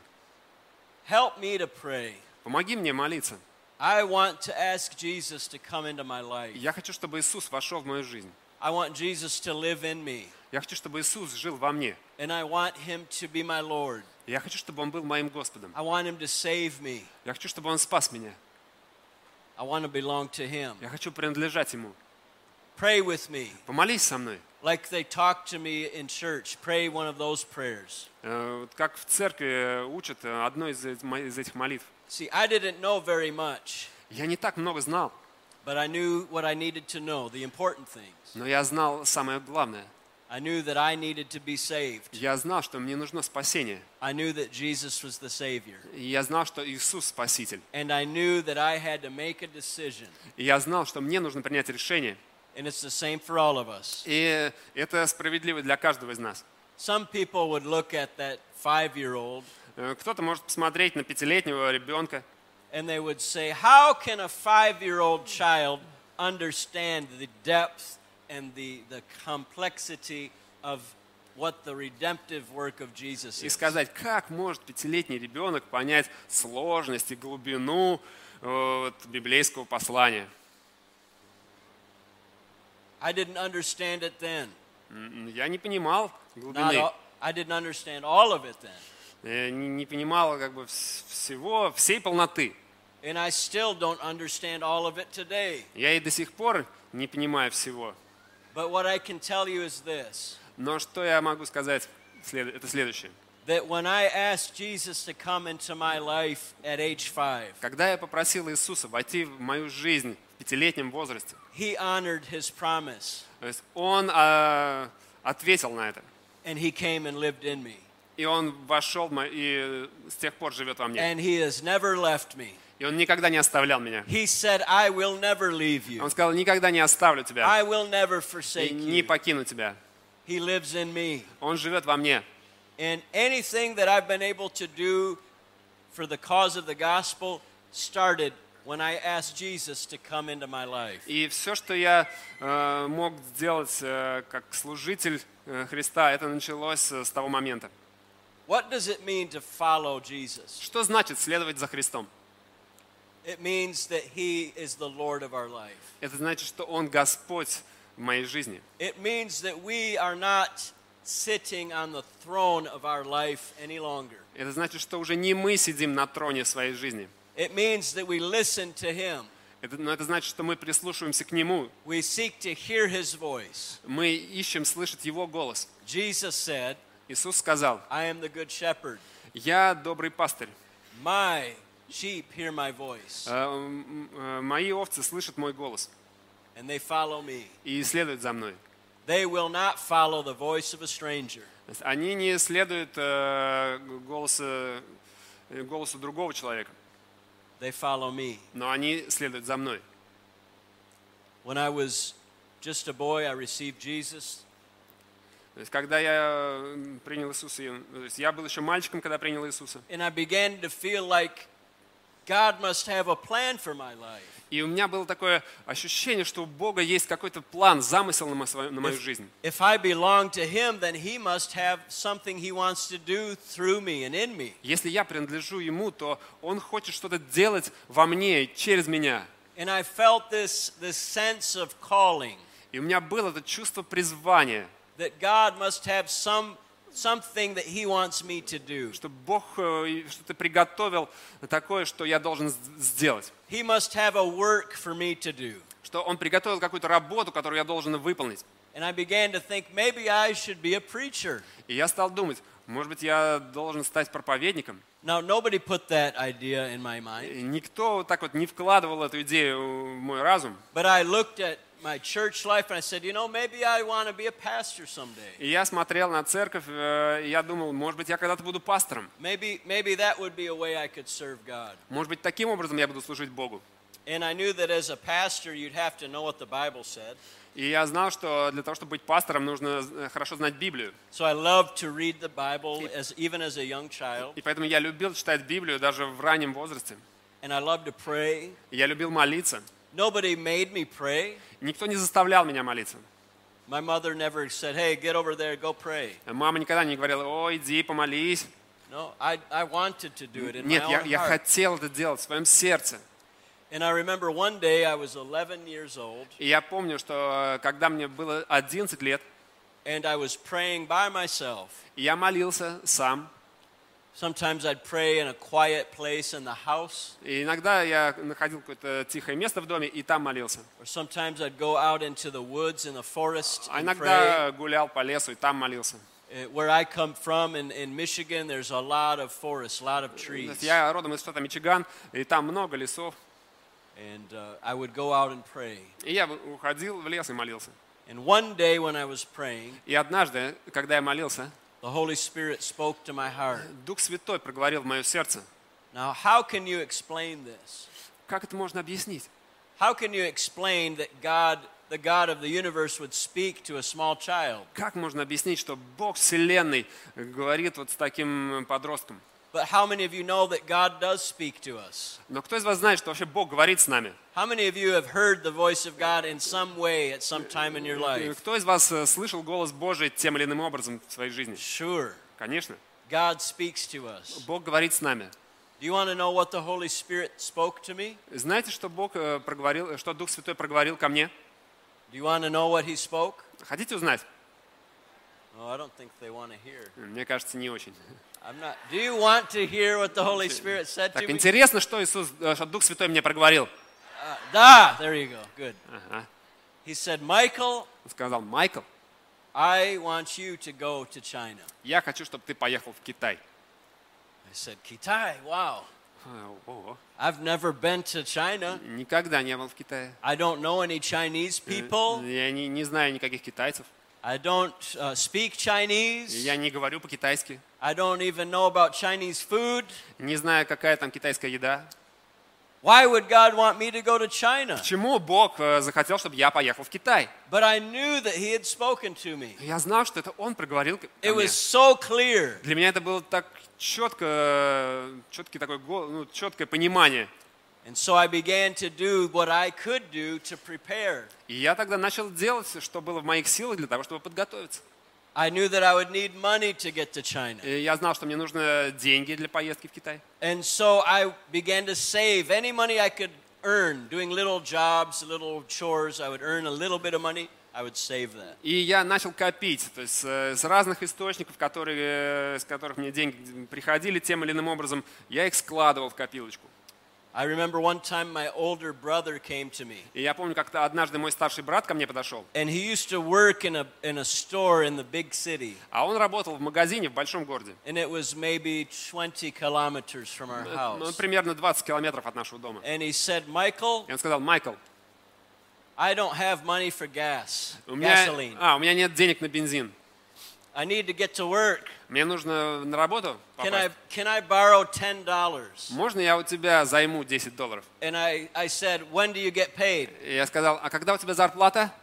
[SPEAKER 1] Help me to pray.
[SPEAKER 2] Помоги мне молиться.
[SPEAKER 1] I want to ask Jesus to come into my life.
[SPEAKER 2] Я хочу, чтобы Иисус вошел в мою жизнь.
[SPEAKER 1] I want Jesus to live in me,
[SPEAKER 2] Я хочу, чтобы Иисус жил во мне.
[SPEAKER 1] and I want him to be my Lord.
[SPEAKER 2] Я хочу, чтобы Он был моим Господом.
[SPEAKER 1] I want him to save me.
[SPEAKER 2] Я хочу, чтобы Он спас меня.
[SPEAKER 1] I want to belong to him.
[SPEAKER 2] Я хочу принадлежать Ему.
[SPEAKER 1] Pray with me.
[SPEAKER 2] Помолись со мной.
[SPEAKER 1] Like they talk to me in church, pray one of those prayers.
[SPEAKER 2] Э, вот Как в церкви э, учат э, одной из эт- мо- из этих молитв.
[SPEAKER 1] See, I didn't know very much,
[SPEAKER 2] Я не так много знал,
[SPEAKER 1] but I knew what I needed to know, the important things.
[SPEAKER 2] но я знал самое главное.
[SPEAKER 1] I knew that I needed to be saved.
[SPEAKER 2] Я знал, что мне нужно спасение.
[SPEAKER 1] I knew that Jesus was the Savior.
[SPEAKER 2] И Я знал, что Иисус Спаситель.
[SPEAKER 1] And I knew that I had to make a decision.
[SPEAKER 2] И я знал, что мне нужно принять решение.
[SPEAKER 1] And it's the same for all of us.
[SPEAKER 2] И это справедливо для каждого из нас.
[SPEAKER 1] Some people would look at that five year old
[SPEAKER 2] Э, Кто-то может посмотреть на пятилетнего ребенка
[SPEAKER 1] and they would say, How can a five year old child understand the depth and the, the complexity of what the redemptive work of Jesus
[SPEAKER 2] и
[SPEAKER 1] is?
[SPEAKER 2] сказать, как может пятилетний ребенок понять сложность и глубину э, вот, библейского послания.
[SPEAKER 1] I didn't understand it then.
[SPEAKER 2] М, Я не понимал
[SPEAKER 1] Not
[SPEAKER 2] глубины,
[SPEAKER 1] all, I didn't understand all of it then.
[SPEAKER 2] э, не не понимал как бы вс- всего, всей полноты.
[SPEAKER 1] And I still don't understand all of it today.
[SPEAKER 2] Я и до сих пор не понимаю всего.
[SPEAKER 1] But what I can tell you is this
[SPEAKER 2] Но что я могу сказать? след- Это следующее.
[SPEAKER 1] that when I asked Jesus to come into my life at age five,
[SPEAKER 2] Когда я попросил Иисуса войти в мою жизнь в пятилетнем возрасте,
[SPEAKER 1] he honored his promise
[SPEAKER 2] то есть Он а, ответил на это.
[SPEAKER 1] and he came and lived in me.
[SPEAKER 2] И Он вошел в мо- и с тех пор живет во мне.
[SPEAKER 1] And he has never left me.
[SPEAKER 2] И Он никогда не оставлял меня.
[SPEAKER 1] He said, I will never leave you.
[SPEAKER 2] Он сказал, никогда не оставлю тебя,
[SPEAKER 1] I will never
[SPEAKER 2] и
[SPEAKER 1] forsake
[SPEAKER 2] не
[SPEAKER 1] you.
[SPEAKER 2] покину тебя.
[SPEAKER 1] He lives in me.
[SPEAKER 2] Он живет во мне.
[SPEAKER 1] And anything that I've been able to do for the cause of the gospel started when I asked Jesus to come into my life.
[SPEAKER 2] И все, что я э, мог сделать э, как служитель э, Христа, это началось э, с того момента.
[SPEAKER 1] What does it mean to follow Jesus?
[SPEAKER 2] Что значит следовать за Христом?
[SPEAKER 1] It means that He is the Lord of our life.
[SPEAKER 2] Это значит, что Он Господь в моей жизни.
[SPEAKER 1] It means that we are not sitting on the throne of our life any longer.
[SPEAKER 2] Это значит, что уже не мы сидим на троне в своей жизни.
[SPEAKER 1] It means that we listen to Him.
[SPEAKER 2] Это, но это значит, что мы прислушиваемся к Нему.
[SPEAKER 1] We seek to hear His voice.
[SPEAKER 2] Мы ищем слышать Его голос.
[SPEAKER 1] Jesus said,
[SPEAKER 2] Иисус сказал,
[SPEAKER 1] I am the good shepherd.
[SPEAKER 2] «Я добрый пастырь.
[SPEAKER 1] My sheep hear my voice,
[SPEAKER 2] Э, м, э, Мои овцы слышат мой голос
[SPEAKER 1] and they follow me.
[SPEAKER 2] и следуют за мной».
[SPEAKER 1] They will not follow the voice of a stranger.
[SPEAKER 2] То есть Они не следуют э, голоса- э, голосу другого человека,
[SPEAKER 1] They follow me.
[SPEAKER 2] но они следуют за мной.
[SPEAKER 1] When I was just a boy, I received Jesus.
[SPEAKER 2] То есть, когда я м, принял Иисуса, я- то есть я был еще мальчиком, когда принял Иисуса,
[SPEAKER 1] And I began to feel like God must have a plan for my life.
[SPEAKER 2] и у меня было такое ощущение, что у Бога есть какой-то план, замысел на мо- свою- на мою жизнь.
[SPEAKER 1] If I belong to Him, then He must have something He wants to do through me and in me.
[SPEAKER 2] Если я принадлежу Ему, то Он хочет что-то делать во мне и через меня.
[SPEAKER 1] And I felt this, this sense of calling
[SPEAKER 2] И у меня было это чувство призвания,
[SPEAKER 1] that God must have some, something that He wants me to do.
[SPEAKER 2] что Бог э, и что-то приготовил такое, что я должен с- сделать.
[SPEAKER 1] He must have a work for me to do.
[SPEAKER 2] Что Он приготовил какую-то работу, которую я должен выполнить.
[SPEAKER 1] And I began to think maybe I should be a preacher.
[SPEAKER 2] И я стал думать, может быть, я должен стать проповедником.
[SPEAKER 1] Now, nobody put that idea in my mind,
[SPEAKER 2] И никто вот так вот не вкладывал эту идею в мой разум.
[SPEAKER 1] but I looked at my church life and I said, you know, maybe I want to be a pastor someday.
[SPEAKER 2] И я смотрел на церковь, э, и я думал, может быть, я когда-то буду пастором.
[SPEAKER 1] Maybe, maybe that would be a way I could serve God.
[SPEAKER 2] Может быть, таким образом я буду служить Богу.
[SPEAKER 1] And I knew that as a pastor, you'd have to know what the Bible said.
[SPEAKER 2] И я знал, что для того, чтобы быть пастором, нужно э, хорошо знать Библию.
[SPEAKER 1] So I loved to read the Bible as, even as a young child,
[SPEAKER 2] И поэтому я любил читать Библию даже в раннем возрасте.
[SPEAKER 1] and I loved to pray.
[SPEAKER 2] И Я любил молиться.
[SPEAKER 1] Nobody made me pray.
[SPEAKER 2] Никто не заставлял меня молиться.
[SPEAKER 1] My mother never said, hey, get over there, go pray.
[SPEAKER 2] Мама никогда не говорила, о, иди, помолись.
[SPEAKER 1] No, I, I wanted to do it in
[SPEAKER 2] Нет,
[SPEAKER 1] my
[SPEAKER 2] я,
[SPEAKER 1] own
[SPEAKER 2] я
[SPEAKER 1] heart.
[SPEAKER 2] хотел это делать в своем сердце.
[SPEAKER 1] And I remember one day I was 11 years old
[SPEAKER 2] И я помню, что э, когда мне было 11 лет,
[SPEAKER 1] and I was praying by myself.
[SPEAKER 2] я молился сам.
[SPEAKER 1] Sometimes I'd pray in a quiet place in the house,
[SPEAKER 2] И иногда я находил какое-то тихое место в доме и там молился.
[SPEAKER 1] or sometimes I'd go out into the woods in the forest
[SPEAKER 2] А
[SPEAKER 1] and pray.
[SPEAKER 2] иногда гулял по лесу и там молился.
[SPEAKER 1] Uh, Where I come from in, in Michigan, there's a lot of forests, a lot of
[SPEAKER 2] То
[SPEAKER 1] trees.
[SPEAKER 2] есть Я родом из штата Мичиган, и там много лесов.
[SPEAKER 1] And uh, I would go out and pray.
[SPEAKER 2] И я уходил в лес и молился.
[SPEAKER 1] And one day when I was praying,
[SPEAKER 2] И однажды, когда я молился,
[SPEAKER 1] the Holy Spirit spoke to my heart.
[SPEAKER 2] Дух Святой проговорил в мое сердце.
[SPEAKER 1] Now, how can you explain this?
[SPEAKER 2] Как это можно объяснить?
[SPEAKER 1] How can you explain that God, the God of the universe, would speak to a small child?
[SPEAKER 2] Как можно объяснить, что Бог Вселенной говорит вот с таким подростком?
[SPEAKER 1] But how many of you know that God does speak to us?
[SPEAKER 2] Но кто из вас знает, что вообще Бог говорит с нами?
[SPEAKER 1] How many of you have heard the voice of God in some way at some time in your
[SPEAKER 2] И
[SPEAKER 1] life?
[SPEAKER 2] Кто из вас э, слышал голос Божий тем или иным образом в своей жизни?
[SPEAKER 1] Sure,
[SPEAKER 2] Конечно.
[SPEAKER 1] God speaks to us.
[SPEAKER 2] Бог говорит с нами.
[SPEAKER 1] Do you want to know what the Holy Spirit spoke to me?
[SPEAKER 2] Знаете, что Бог э, проговорил, э, что Дух Святой проговорил ко мне?
[SPEAKER 1] Do you want to know what He spoke?
[SPEAKER 2] Хотите узнать?
[SPEAKER 1] Oh, I don't think they want to hear.
[SPEAKER 2] Мне кажется, не очень.
[SPEAKER 1] I'm not. Do you want to hear what the Holy Spirit said to
[SPEAKER 2] Так,
[SPEAKER 1] me?
[SPEAKER 2] интересно, что Иисус, э, что Дух Святой мне проговорил.
[SPEAKER 1] Uh, ah, there you go. Good.
[SPEAKER 2] Ага.
[SPEAKER 1] He said, Michael,
[SPEAKER 2] Он сказал, Майкл,
[SPEAKER 1] I want you to go to China.
[SPEAKER 2] я хочу, чтобы ты поехал в Китай.
[SPEAKER 1] I said, Kitai, wow.
[SPEAKER 2] А, ого.
[SPEAKER 1] I've never been to China.
[SPEAKER 2] Никогда не был в Китае.
[SPEAKER 1] I don't know any Chinese people.
[SPEAKER 2] Я не, не знаю никаких китайцев.
[SPEAKER 1] I don't uh, speak Chinese.
[SPEAKER 2] Я не говорю по-китайски.
[SPEAKER 1] I don't even know about Chinese food.
[SPEAKER 2] Не знаю, какая там китайская еда.
[SPEAKER 1] Why would God want me to go to China?
[SPEAKER 2] Почему Бог э, захотел, чтобы я поехал в Китай?
[SPEAKER 1] But I knew that He had spoken to me.
[SPEAKER 2] Я знал, что это Он проговорил ко
[SPEAKER 1] It
[SPEAKER 2] мне.
[SPEAKER 1] was so clear.
[SPEAKER 2] Для меня это было так четко, четкий такой, го- ну, четкое понимание.
[SPEAKER 1] And so I began to do what I could do to prepare.
[SPEAKER 2] И я тогда начал делать, всё, что было в моих силах для того, чтобы подготовиться.
[SPEAKER 1] I knew that I would need money to get to China.
[SPEAKER 2] И я знал, что мне нужны деньги для поездки в Китай.
[SPEAKER 1] And so I began to save any money I could earn, doing little jobs, little chores. I would earn a little bit of money, I would save that.
[SPEAKER 2] И я начал копить, то есть э, с разных источников, которые, э, с которых мне деньги приходили тем или иным образом, я их складывал в копилочку.
[SPEAKER 1] I remember one time my older brother came to me,
[SPEAKER 2] И я помню, как-то однажды мой старший брат ко мне подошел,
[SPEAKER 1] and he used to work in a, in a store in the big city,
[SPEAKER 2] а он работал в магазине в большом городе,
[SPEAKER 1] and it was maybe 20 kilometers from our
[SPEAKER 2] Э, ну,
[SPEAKER 1] house.
[SPEAKER 2] примерно 20 километров от нашего дома.
[SPEAKER 1] And he said, Michael,
[SPEAKER 2] И он сказал, Майкл,
[SPEAKER 1] I don't have money for gas,
[SPEAKER 2] у меня,
[SPEAKER 1] gasoline.
[SPEAKER 2] а, у меня нет денег на бензин,
[SPEAKER 1] I need to get to work.
[SPEAKER 2] мне нужно на работу
[SPEAKER 1] Can I,
[SPEAKER 2] попасть.
[SPEAKER 1] can I borrow $10?
[SPEAKER 2] Можно я у тебя займу 10 долларов?
[SPEAKER 1] And I, I said, When do you get paid?
[SPEAKER 2] И я сказал, а когда у тебя зарплата?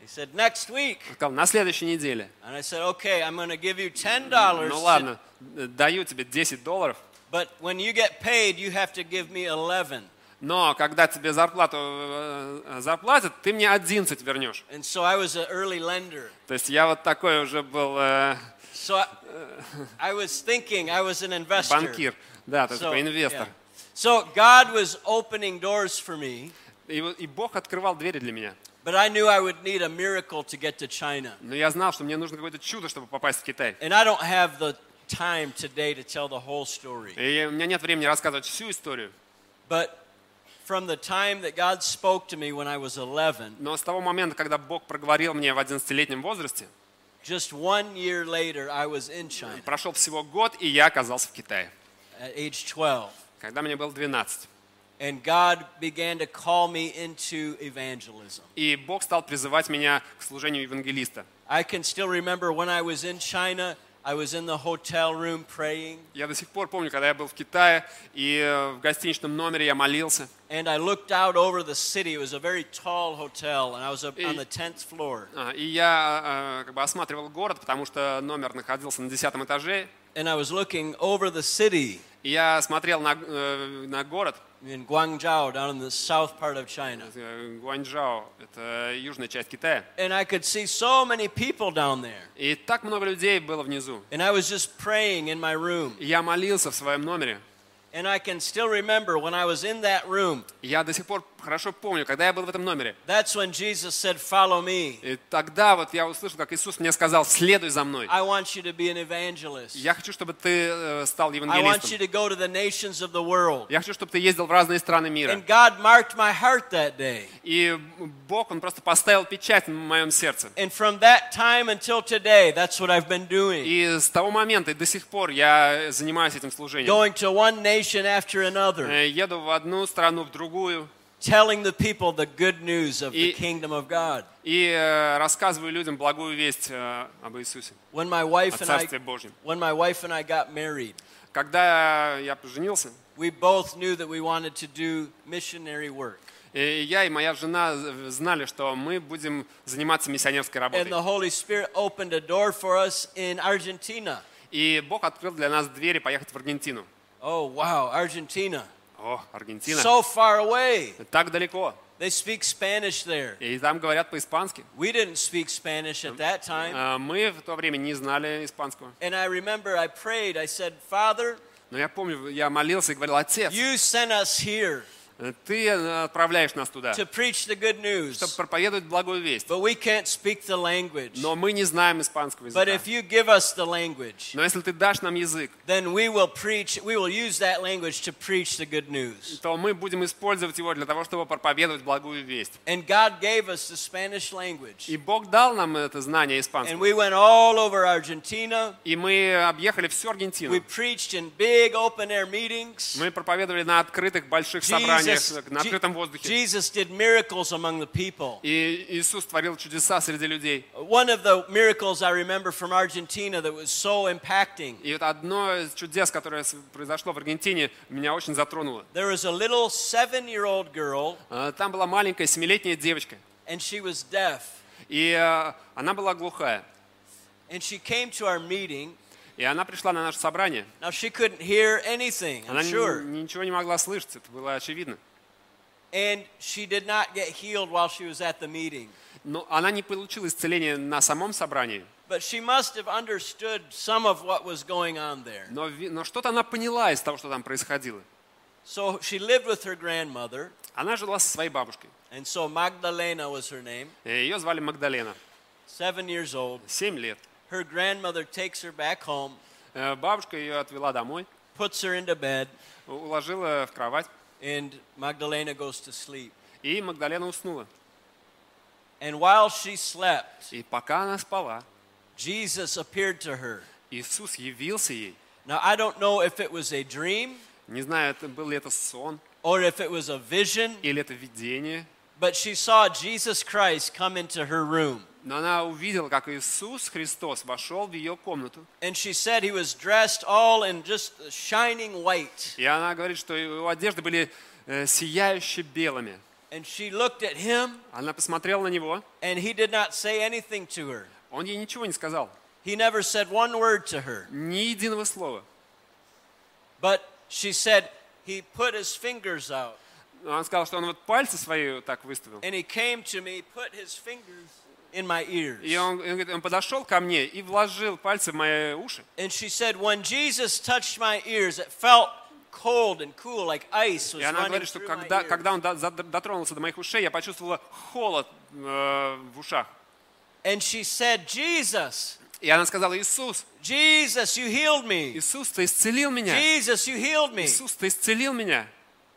[SPEAKER 1] He said, Next week.
[SPEAKER 2] Он сказал, на следующей неделе.
[SPEAKER 1] And I said, okay, I'm going to give you $10.
[SPEAKER 2] Ну ладно, э, даю тебе 10 долларов,
[SPEAKER 1] But when you get paid, you have to give me 11.
[SPEAKER 2] Но когда тебе зарплату э, зарплатят, ты мне 11 вернешь.
[SPEAKER 1] And so I was an early lender.
[SPEAKER 2] То есть я вот такой уже был э,
[SPEAKER 1] So I, I was thinking I was an investor.
[SPEAKER 2] банкир. Да, то есть
[SPEAKER 1] So,
[SPEAKER 2] такой инвестор.
[SPEAKER 1] yeah. So God was opening doors for me,
[SPEAKER 2] И, вот- и Бог открывал двери для меня.
[SPEAKER 1] but I knew I would need a miracle to get to China.
[SPEAKER 2] Но я знал, что мне нужно какое-то чудо, чтобы попасть в Китай.
[SPEAKER 1] And I don't have the time today to tell the whole story.
[SPEAKER 2] И у меня нет времени рассказывать всю историю.
[SPEAKER 1] But from the time that God spoke to me when I was 11,
[SPEAKER 2] Но с того момента, когда Бог проговорил мне в 11-летнем возрасте,
[SPEAKER 1] just one year later, I was in China
[SPEAKER 2] прошел всего год, и я оказался в Китае.
[SPEAKER 1] at age 12.
[SPEAKER 2] Когда мне было 12.
[SPEAKER 1] And God began to call me into evangelism.
[SPEAKER 2] И Бог стал призывать меня к служению евангелиста.
[SPEAKER 1] I can still remember when I was in China, I was in the hotel room praying,
[SPEAKER 2] Я до сих пор помню, когда я был в Китае, и э, в гостиничном номере я молился.
[SPEAKER 1] and I looked out over the city. It was a very tall hotel, and I was up on the 10th floor.
[SPEAKER 2] А, И я э, как бы осматривал город, потому что номер находился на десятом этаже.
[SPEAKER 1] And I was looking over the city
[SPEAKER 2] И я смотрел на, э, на город
[SPEAKER 1] in Guangzhou, down in the south part of China.
[SPEAKER 2] э, Гуанчжао, это южная часть Китая.
[SPEAKER 1] And I could see so many people down there.
[SPEAKER 2] И так много людей было внизу.
[SPEAKER 1] And I was just praying in my room.
[SPEAKER 2] И я молился в своем номере.
[SPEAKER 1] And I can still remember when I was in that room,
[SPEAKER 2] И я до сих пор хорошо помню, когда я был в этом номере.
[SPEAKER 1] that's when Jesus said, Follow me.
[SPEAKER 2] И тогда вот я услышал, как Иисус мне сказал, следуй за мной.
[SPEAKER 1] I want you to be an evangelist.
[SPEAKER 2] Я хочу, чтобы ты э, стал
[SPEAKER 1] I want you
[SPEAKER 2] евангелистом.
[SPEAKER 1] to go to the nations of the world.
[SPEAKER 2] Я хочу, чтобы ты ездил в разные страны мира.
[SPEAKER 1] And God marked my heart that day.
[SPEAKER 2] И Бог, Он просто поставил печать на моем сердце.
[SPEAKER 1] And from that time until today, that's what I've been doing.
[SPEAKER 2] И с того момента и до сих пор я занимаюсь этим служением.
[SPEAKER 1] Going to one nation after another,
[SPEAKER 2] Э, Еду в одну страну, в другую,
[SPEAKER 1] telling the people the good news of the
[SPEAKER 2] И-
[SPEAKER 1] kingdom of God.
[SPEAKER 2] и э, рассказываю людям благую весть э, об Иисусе,
[SPEAKER 1] When my
[SPEAKER 2] о
[SPEAKER 1] wife and I
[SPEAKER 2] Царстве Божьем.
[SPEAKER 1] when my wife and I got married,
[SPEAKER 2] Когда я поженился,
[SPEAKER 1] we both knew that we wanted to do missionary work.
[SPEAKER 2] э, я и моя жена знали, что мы будем заниматься миссионерской
[SPEAKER 1] And the
[SPEAKER 2] работой.
[SPEAKER 1] Holy Spirit opened a door for us in Argentina.
[SPEAKER 2] И Бог открыл для нас двери поехать в Аргентину.
[SPEAKER 1] Oh, wow, Argentina.
[SPEAKER 2] О, Аргентина.
[SPEAKER 1] So far away.
[SPEAKER 2] Так далеко.
[SPEAKER 1] They speak Spanish there.
[SPEAKER 2] И там говорят по-испански.
[SPEAKER 1] We didn't speak Spanish at that time.
[SPEAKER 2] Э, Мы в то время не знали испанского.
[SPEAKER 1] And I remember I prayed, I said, Father,
[SPEAKER 2] Но я помню, я молился и говорил, «Отец,
[SPEAKER 1] you sent us here.
[SPEAKER 2] э, ты э, отправляешь нас туда,
[SPEAKER 1] to preach the good
[SPEAKER 2] чтобы
[SPEAKER 1] news.
[SPEAKER 2] проповедовать благую весть.
[SPEAKER 1] But we can't speak the language.
[SPEAKER 2] Но мы не знаем испанского
[SPEAKER 1] But
[SPEAKER 2] языка.
[SPEAKER 1] if you give us the language,
[SPEAKER 2] Но если ты дашь нам язык,
[SPEAKER 1] then we will preach, we will use that language to preach the good news.
[SPEAKER 2] то мы будем использовать его для того, чтобы проповедовать благую весть.
[SPEAKER 1] And God gave us the Spanish language.
[SPEAKER 2] И Бог дал нам это знание
[SPEAKER 1] And
[SPEAKER 2] испанского.
[SPEAKER 1] we went all over Argentina.
[SPEAKER 2] И мы объехали всю Аргентину.
[SPEAKER 1] We preached in big open air meetings.
[SPEAKER 2] Мы проповедовали на открытых больших
[SPEAKER 1] Jesus,
[SPEAKER 2] собраниях, на открытом воздухе.
[SPEAKER 1] Jesus did miracles among the people.
[SPEAKER 2] И Иисус творил чудеса среди людей.
[SPEAKER 1] One of the miracles I remember from Argentina that was so impacting
[SPEAKER 2] И вот одно из чудес, которое с- произошло в Аргентине, меня очень затронуло.
[SPEAKER 1] there was a little seven year old girl,
[SPEAKER 2] Э, Там была маленькая семилетняя девочка,
[SPEAKER 1] and she was deaf.
[SPEAKER 2] и э, она была глухая.
[SPEAKER 1] And she came to our meeting.
[SPEAKER 2] И она пришла на наше собрание.
[SPEAKER 1] Now, she couldn't hear anything, I'm
[SPEAKER 2] Она ни-
[SPEAKER 1] sure.
[SPEAKER 2] ничего не могла слышать, это было очевидно.
[SPEAKER 1] And she did not get healed while she was at the meeting.
[SPEAKER 2] Но она не получила исцеления на самом собрании,
[SPEAKER 1] But she must have understood some of what was going on there.
[SPEAKER 2] но, ви- но что-то она поняла из того, что там происходило.
[SPEAKER 1] So she lived with her grandmother,
[SPEAKER 2] Она жила со своей бабушкой.
[SPEAKER 1] and so Magdalena was her name,
[SPEAKER 2] Э, Ее звали Магдалена,
[SPEAKER 1] seven years old.
[SPEAKER 2] семь лет.
[SPEAKER 1] Her grandmother takes her back home,
[SPEAKER 2] Э, Бабушка ее отвела домой,
[SPEAKER 1] puts her into bed,
[SPEAKER 2] у- уложила в кровать,
[SPEAKER 1] and Magdalena goes to sleep.
[SPEAKER 2] и Магдалена уснула.
[SPEAKER 1] And while she slept,
[SPEAKER 2] И пока она спала,
[SPEAKER 1] Jesus appeared to her.
[SPEAKER 2] Иисус явился ей.
[SPEAKER 1] Now, I don't know if it was a dream
[SPEAKER 2] Не знаю, это был ли это сон
[SPEAKER 1] or if it was a vision,
[SPEAKER 2] или это видение,
[SPEAKER 1] but she saw Jesus Christ come into her room.
[SPEAKER 2] но она увидела, как Иисус Христос вошел в ее комнату.
[SPEAKER 1] And she said he was dressed all in just shining white.
[SPEAKER 2] И она говорит, что его одежды были э, сияюще белыми.
[SPEAKER 1] And she looked at him,
[SPEAKER 2] Она посмотрела на него,
[SPEAKER 1] and he did not say anything to her.
[SPEAKER 2] он ей ничего не сказал,
[SPEAKER 1] He never said one word to her.
[SPEAKER 2] ни единого слова.
[SPEAKER 1] But she said, He put his fingers out,
[SPEAKER 2] Но Он сказал, что он вот пальцы свои вот так выставил.
[SPEAKER 1] and he came to me, put his fingers in my
[SPEAKER 2] И
[SPEAKER 1] ears.
[SPEAKER 2] он, он говорит, он подошел ко мне и вложил пальцы в мои уши.
[SPEAKER 1] And she said, When Jesus touched my ears, it felt cold and cool, like ice was
[SPEAKER 2] И она
[SPEAKER 1] running
[SPEAKER 2] говорит, что
[SPEAKER 1] through my
[SPEAKER 2] когда,
[SPEAKER 1] ears.
[SPEAKER 2] когда он до- за- дотронулся до моих ушей, я почувствовала холод э, в ушах.
[SPEAKER 1] And she said, Jesus,
[SPEAKER 2] И она сказала, Иисус,
[SPEAKER 1] Jesus, you healed me.
[SPEAKER 2] Иисус, ты исцелил меня.
[SPEAKER 1] Jesus, you healed me.
[SPEAKER 2] Иисус, ты исцелил меня.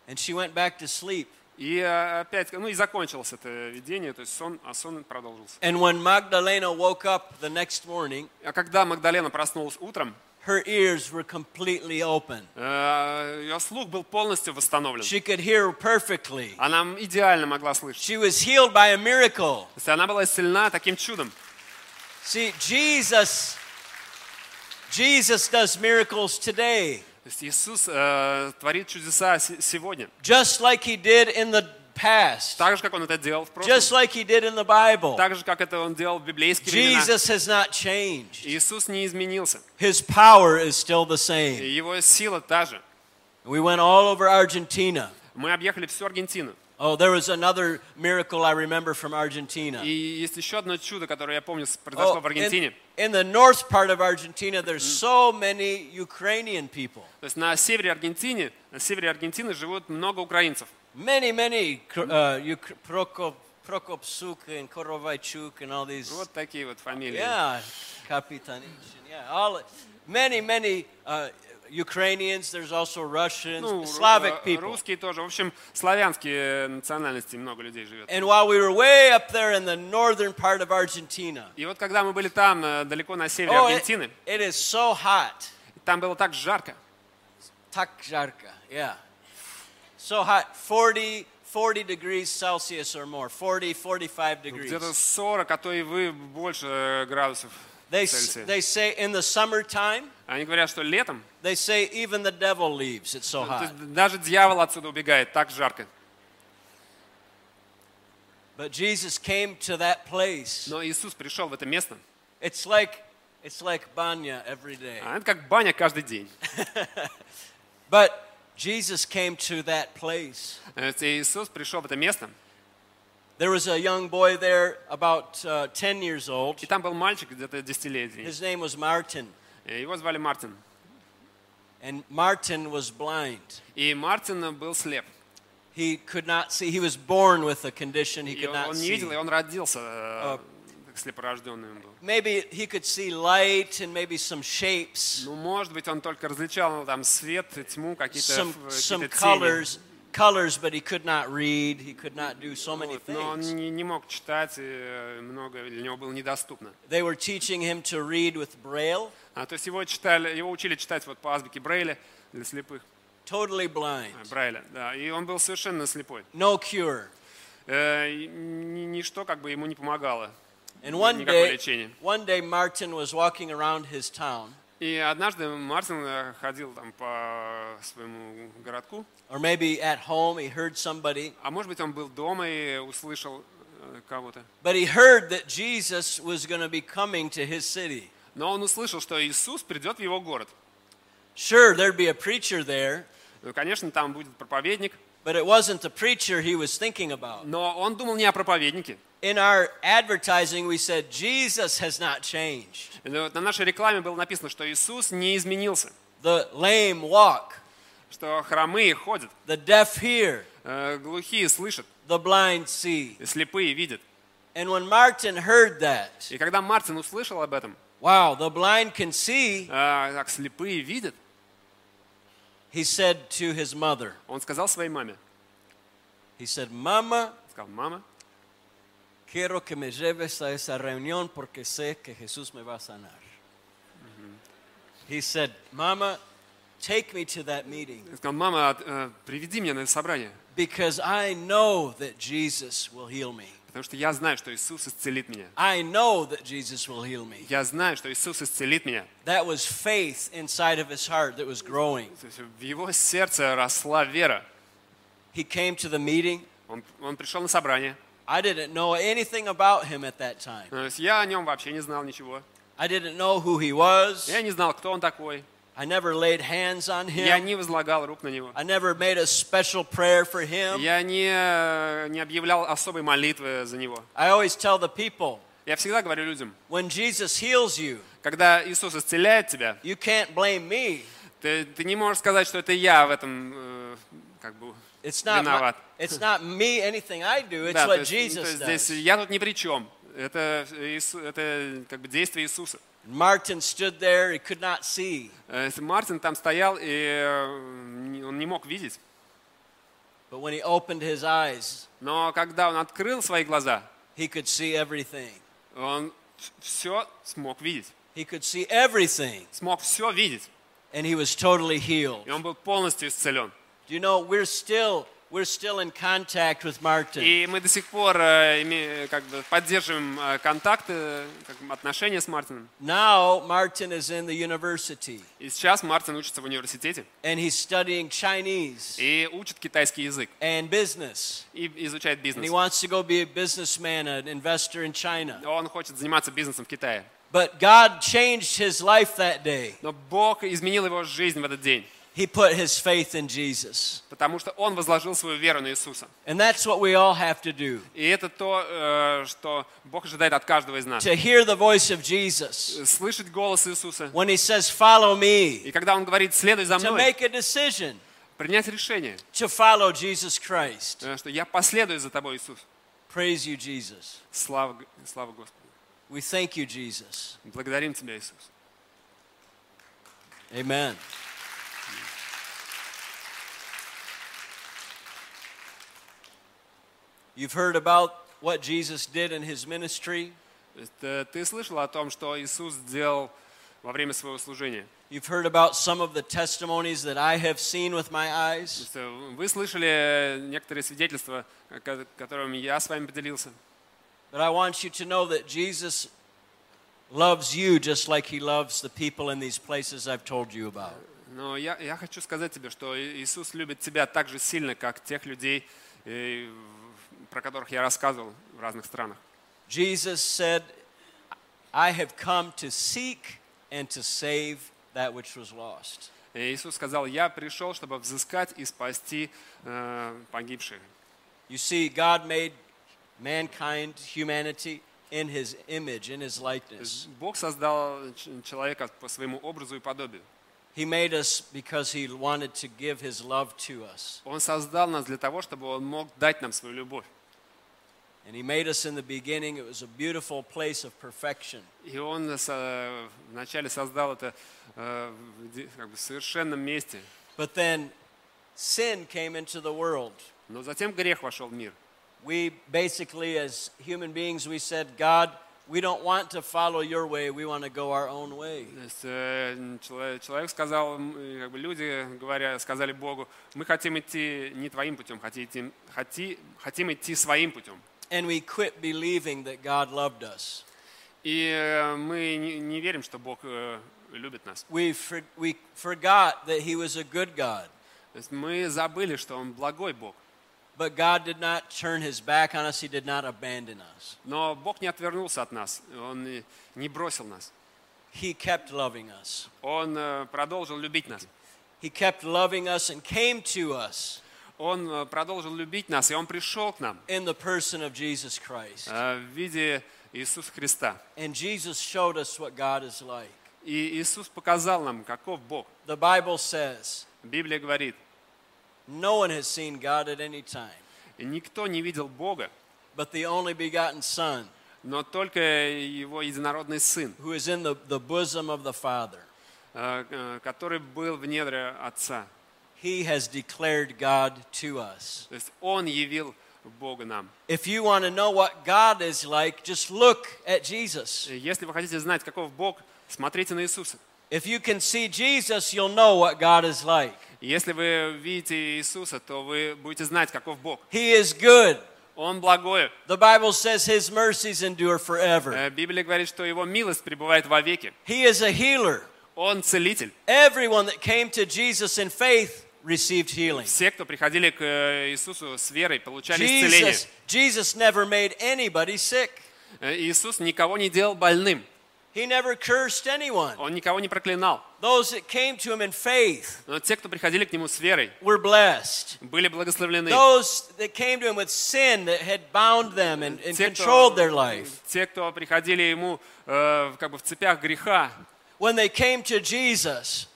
[SPEAKER 1] And she went back to sleep.
[SPEAKER 2] И э, опять, ну и закончилось это видение, то есть сон, а сон продолжился.
[SPEAKER 1] And when Magdalena woke up the next morning,
[SPEAKER 2] А когда Магдалена проснулась утром,
[SPEAKER 1] her ears were completely open.
[SPEAKER 2] э, ее слух был полностью восстановлен.
[SPEAKER 1] She could hear perfectly.
[SPEAKER 2] Она идеально могла слышать.
[SPEAKER 1] She was healed by a miracle.
[SPEAKER 2] То есть она была исцелена таким чудом.
[SPEAKER 1] See, Jesus Jesus does miracles today,
[SPEAKER 2] То есть Иисус э, творит чудеса се- сегодня.
[SPEAKER 1] just like he did in the past,
[SPEAKER 2] Так же, как Он это делал в прошлом.
[SPEAKER 1] just like he did in the Bible.
[SPEAKER 2] Так же, как это Он делал в библейские времена.
[SPEAKER 1] Jesus has not changed.
[SPEAKER 2] Иисус не изменился.
[SPEAKER 1] His power is still the
[SPEAKER 2] И
[SPEAKER 1] same.
[SPEAKER 2] Его сила та же.
[SPEAKER 1] We went all over Argentina.
[SPEAKER 2] Мы объехали всю Аргентину.
[SPEAKER 1] Oh, there was another miracle I remember from Argentina.
[SPEAKER 2] И есть еще одно чудо, которое я помню с- произошло
[SPEAKER 1] Oh,
[SPEAKER 2] в Аргентине.
[SPEAKER 1] in, in the north part of Argentina, there's so many Ukrainian people.
[SPEAKER 2] То есть на севере Аргентины, на севере Аргентины живут много украинцев.
[SPEAKER 1] Many, many uh, Uk- Prokop, Prokopsuk and Korovaichuk and all these.
[SPEAKER 2] Вот такие вот фамилии.
[SPEAKER 1] Yeah, Kapitanich. Yeah, all many, many uh, Ukrainians. There's also Russians,
[SPEAKER 2] Ну, ру-
[SPEAKER 1] Slavic
[SPEAKER 2] э,
[SPEAKER 1] people.
[SPEAKER 2] русские тоже. В общем, славянские э, национальности много людей живет.
[SPEAKER 1] And while we were way up there in the northern part of Argentina,
[SPEAKER 2] И вот когда мы были там, э, далеко на севере
[SPEAKER 1] oh, it-
[SPEAKER 2] Аргентины,
[SPEAKER 1] it is so hot.
[SPEAKER 2] там было так жарко.
[SPEAKER 1] Так жарко, yeah. So hot, 40, 40 degrees Celsius or more, 40, 45
[SPEAKER 2] Где-то
[SPEAKER 1] degrees.
[SPEAKER 2] 40, а то и вы больше э, градусов
[SPEAKER 1] They, s-
[SPEAKER 2] Цельсия.
[SPEAKER 1] they say in the summertime,
[SPEAKER 2] Они говорят, что летом
[SPEAKER 1] they say even the devil leaves, it's so
[SPEAKER 2] то
[SPEAKER 1] hot.
[SPEAKER 2] есть даже дьявол отсюда убегает, так жарко.
[SPEAKER 1] But Jesus came to that place.
[SPEAKER 2] Но Иисус пришел в это место.
[SPEAKER 1] It's like, it's like banya every day.
[SPEAKER 2] А это как баня каждый день.
[SPEAKER 1] But Jesus came to that place.
[SPEAKER 2] Э, и Иисус пришел в это место,
[SPEAKER 1] There was a young boy there, about uh, 10 years old.
[SPEAKER 2] и там был мальчик где-то десятилетний.
[SPEAKER 1] His name was Martin,
[SPEAKER 2] Э, Его звали Мартин.
[SPEAKER 1] and Martin was blind.
[SPEAKER 2] И Мартин был слеп.
[SPEAKER 1] He could not see. He was born with a condition he
[SPEAKER 2] И
[SPEAKER 1] could
[SPEAKER 2] он,
[SPEAKER 1] not
[SPEAKER 2] он не видел,
[SPEAKER 1] see.
[SPEAKER 2] и он родился э, как слепорожденный он был.
[SPEAKER 1] Maybe he could see light and maybe some shapes,
[SPEAKER 2] Ну, может быть, он только различал ну, там свет, тьму, какие-то,
[SPEAKER 1] some
[SPEAKER 2] э,
[SPEAKER 1] some
[SPEAKER 2] какие-то тени.
[SPEAKER 1] colors, colors, but he could not read. He could not do so many
[SPEAKER 2] Вот, но он
[SPEAKER 1] things.
[SPEAKER 2] не, не мог читать, и э, много для него было недоступно.
[SPEAKER 1] They were teaching him to read with braille,
[SPEAKER 2] А, то есть его, читали, его учили читать вот по азбуке Брейля для слепых.
[SPEAKER 1] totally blind,
[SPEAKER 2] э, Брайля, да, и он был совершенно слепой.
[SPEAKER 1] no cure.
[SPEAKER 2] Э, и ни- ничто как бы ему не помогало.
[SPEAKER 1] And one
[SPEAKER 2] Никакого
[SPEAKER 1] day,
[SPEAKER 2] лечения.
[SPEAKER 1] one day Martin was walking around his town,
[SPEAKER 2] И однажды Мартин э, ходил там по своему городку,
[SPEAKER 1] or maybe at home he heard somebody,
[SPEAKER 2] а может быть он был дома и услышал э, кого-то.
[SPEAKER 1] but he heard that Jesus was going to be coming to his city.
[SPEAKER 2] Но он услышал, что Иисус придет в его город.
[SPEAKER 1] Sure, there'd be a preacher there,
[SPEAKER 2] Ну, Конечно, там будет проповедник,
[SPEAKER 1] but it wasn't the preacher he was thinking about.
[SPEAKER 2] но он думал не о проповеднике.
[SPEAKER 1] In our advertising, we said, Jesus has not changed.
[SPEAKER 2] Э, вот На нашей рекламе было написано, что Иисус не изменился,
[SPEAKER 1] The lame walk,
[SPEAKER 2] что хромые ходят,
[SPEAKER 1] the deaf hear,
[SPEAKER 2] э, глухие слышат,
[SPEAKER 1] the blind see.
[SPEAKER 2] слепые видят.
[SPEAKER 1] And when Martin heard that,
[SPEAKER 2] И когда Мартин услышал об этом,
[SPEAKER 1] wow, the blind can see,
[SPEAKER 2] а, как слепые видят,
[SPEAKER 1] he said to his mother,
[SPEAKER 2] он сказал своей маме,
[SPEAKER 1] he said, Mama,
[SPEAKER 2] сказал, мама,
[SPEAKER 1] quiero que me lleves a esa reunión porque sé que Jesús me va a sanar. He said, Mama, take me to that meeting
[SPEAKER 2] сказал, мама, от- э, приведи меня на это собрание,
[SPEAKER 1] because I know that Jesus will heal me.
[SPEAKER 2] потому что я знаю, что Иисус исцелит меня.
[SPEAKER 1] I know that Jesus will heal me.
[SPEAKER 2] Я знаю, что Иисус исцелит меня.
[SPEAKER 1] That was faith inside of his heart that was growing.
[SPEAKER 2] То есть в его сердце росла вера.
[SPEAKER 1] He came to the meeting.
[SPEAKER 2] Он, он пришел на собрание.
[SPEAKER 1] I didn't know anything about him at that time.
[SPEAKER 2] То есть я о нем вообще не знал ничего.
[SPEAKER 1] I didn't know who he was.
[SPEAKER 2] Я не знал, кто он такой.
[SPEAKER 1] I never laid hands on
[SPEAKER 2] Я
[SPEAKER 1] him.
[SPEAKER 2] не возлагал рук на него.
[SPEAKER 1] I never made a special prayer for him.
[SPEAKER 2] Я не, э, не объявлял особой молитвы за него.
[SPEAKER 1] I always tell the people
[SPEAKER 2] Я всегда говорю людям,
[SPEAKER 1] when Jesus heals you,
[SPEAKER 2] когда Иисус исцеляет тебя,
[SPEAKER 1] you can't blame me.
[SPEAKER 2] ты, ты не можешь сказать, что это я в этом э, как бы
[SPEAKER 1] It's not, my,
[SPEAKER 2] виноват.
[SPEAKER 1] it's not me, anything I do, it's
[SPEAKER 2] Да, то
[SPEAKER 1] what
[SPEAKER 2] есть, ну, то
[SPEAKER 1] Jesus
[SPEAKER 2] есть здесь
[SPEAKER 1] does.
[SPEAKER 2] я тут ни при чем. Это, Иису- это как бы действие Иисуса.
[SPEAKER 1] Martin stood there, he could not see.
[SPEAKER 2] Э, Мартин там стоял, и э, не- он не мог видеть.
[SPEAKER 1] But when he opened his eyes,
[SPEAKER 2] Но когда он открыл свои глаза,
[SPEAKER 1] he could see everything.
[SPEAKER 2] он все смог видеть.
[SPEAKER 1] He could see everything,
[SPEAKER 2] Смог все видеть.
[SPEAKER 1] and he was totally healed.
[SPEAKER 2] И он был полностью исцелен.
[SPEAKER 1] Do you know we're still we're still in contact with Martin.
[SPEAKER 2] И мы до сих пор э, име- как бы поддерживаем э, контакты, как бы отношения с Мартином.
[SPEAKER 1] Now Martin is in the university
[SPEAKER 2] И сейчас Мартин учится в университете
[SPEAKER 1] and he's studying Chinese
[SPEAKER 2] и учит китайский язык
[SPEAKER 1] and business.
[SPEAKER 2] и изучает
[SPEAKER 1] And he
[SPEAKER 2] бизнес.
[SPEAKER 1] wants to go be a businessman, an investor in China.
[SPEAKER 2] Он хочет заниматься бизнесом в Китае.
[SPEAKER 1] But God changed his life that day.
[SPEAKER 2] Но Бог изменил его жизнь в этот день,
[SPEAKER 1] He put his faith in Jesus.
[SPEAKER 2] потому что он возложил свою веру на Иисуса.
[SPEAKER 1] And that's what we all have to do.
[SPEAKER 2] И это то, э, что Бог ожидает от каждого из нас.
[SPEAKER 1] To hear the voice of Jesus
[SPEAKER 2] Слышать голос Иисуса.
[SPEAKER 1] when he says, Follow me,
[SPEAKER 2] И когда он говорит, следуй за
[SPEAKER 1] to
[SPEAKER 2] мной,
[SPEAKER 1] make a decision
[SPEAKER 2] принять решение,
[SPEAKER 1] to follow Jesus Christ.
[SPEAKER 2] э, что я последую за тобой, Иисус.
[SPEAKER 1] Praise you, Jesus.
[SPEAKER 2] Слава, Г- слава Господу.
[SPEAKER 1] We thank you, Jesus.
[SPEAKER 2] Благодарим тебя, Иисус.
[SPEAKER 1] Amen. You've heard about what Jesus did in his ministry.
[SPEAKER 2] То есть, э, ты слышал о том, что Иисус сделал во время своего служения?
[SPEAKER 1] You've heard about some of the testimonies that I have seen with my
[SPEAKER 2] То
[SPEAKER 1] eyes.
[SPEAKER 2] есть, э, вы слышали некоторые свидетельства, э, ко- которыми я с вами поделился.
[SPEAKER 1] But I want you to know that Jesus loves you just like he loves the people in these places I've told you about.
[SPEAKER 2] Но я, я хочу сказать тебе, что И- Иисус любит тебя так же сильно, как тех людей, э, в- про которых я рассказывал в разных странах.
[SPEAKER 1] Jesus said, I have come to seek and to save that which was lost.
[SPEAKER 2] И Иисус сказал, я пришел, чтобы взыскать и спасти э, погибших.
[SPEAKER 1] You see, God made mankind, humanity, in his image, in his
[SPEAKER 2] То есть
[SPEAKER 1] likeness.
[SPEAKER 2] Бог создал ч- человека по своему образу и подобию.
[SPEAKER 1] He made us because He wanted to give His love to us.
[SPEAKER 2] Он создал нас для того, чтобы Он мог дать нам свою любовь.
[SPEAKER 1] And He made us in the beginning. It was a beautiful place of perfection.
[SPEAKER 2] И Он нас, э, вначале создал это э, в де- как бы в совершенном месте.
[SPEAKER 1] But then sin came into the world.
[SPEAKER 2] Но затем грех вошел в мир.
[SPEAKER 1] We basically, as human beings, we said, God, we don't want to follow your way. We want to go our own way.
[SPEAKER 2] То есть, э, чело- человек, сказал, м, э, как бы люди говоря, сказали Богу, мы хотим идти не твоим путем, хотим идти, хоти- хотим идти своим путем.
[SPEAKER 1] And we quit believing that God loved us.
[SPEAKER 2] И э, мы не, не верим, что Бог э, любит нас.
[SPEAKER 1] We, for, we forgot that He was a good God.
[SPEAKER 2] То есть мы забыли, что Он благой Бог.
[SPEAKER 1] But God did not turn His back on us, He did not abandon us.
[SPEAKER 2] Но Бог не отвернулся от нас, Он не- не бросил нас.
[SPEAKER 1] He kept loving us.
[SPEAKER 2] Он э, продолжил любить нас.
[SPEAKER 1] He kept loving us and came to us
[SPEAKER 2] Он э, продолжил любить нас, и Он пришел к нам
[SPEAKER 1] in the person of Jesus Christ.
[SPEAKER 2] э, в виде Иисуса Христа.
[SPEAKER 1] And Jesus showed us what God is like.
[SPEAKER 2] И Иисус показал нам, каков Бог.
[SPEAKER 1] The Bible says,
[SPEAKER 2] Библия говорит,
[SPEAKER 1] No one has seen God at any time,
[SPEAKER 2] никто не видел Бога,
[SPEAKER 1] but the only begotten Son,
[SPEAKER 2] но только Его единородный Сын,
[SPEAKER 1] who is in the, the bosom of the Father.
[SPEAKER 2] э, э, который был в недре Отца.
[SPEAKER 1] He has declared God to us.
[SPEAKER 2] То есть Он явил Бога нам.
[SPEAKER 1] If you want to know what God is like, just look at Jesus.
[SPEAKER 2] Если вы хотите знать, каков Бог, смотрите на Иисуса.
[SPEAKER 1] If you can see Jesus, you'll know what God is like.
[SPEAKER 2] Если вы видите Иисуса, то вы будете знать, каков Бог.
[SPEAKER 1] He is good.
[SPEAKER 2] Он благой.
[SPEAKER 1] The Bible says his mercies endure forever.
[SPEAKER 2] Э, Библия говорит, что Его милость пребывает вовеки.
[SPEAKER 1] He is a healer.
[SPEAKER 2] Он целитель.
[SPEAKER 1] Everyone that came to Jesus in faith received healing.
[SPEAKER 2] Все, кто приходили к э, Иисусу с верой, получали исцеление.
[SPEAKER 1] Jesus, Jesus never made anybody sick.
[SPEAKER 2] Э, Иисус никого не делал больным.
[SPEAKER 1] He never cursed anyone.
[SPEAKER 2] Он никого не проклинал.
[SPEAKER 1] Those that came to him in faith
[SPEAKER 2] Но те, кто приходили к Нему с верой,
[SPEAKER 1] were blessed.
[SPEAKER 2] были благословлены.
[SPEAKER 1] Those that came to him with sin that had bound them and, and
[SPEAKER 2] Те,
[SPEAKER 1] controlled
[SPEAKER 2] кто,
[SPEAKER 1] their life.
[SPEAKER 2] те, кто приходили Ему э, в- как бы в цепях греха,
[SPEAKER 1] When they came to Jesus,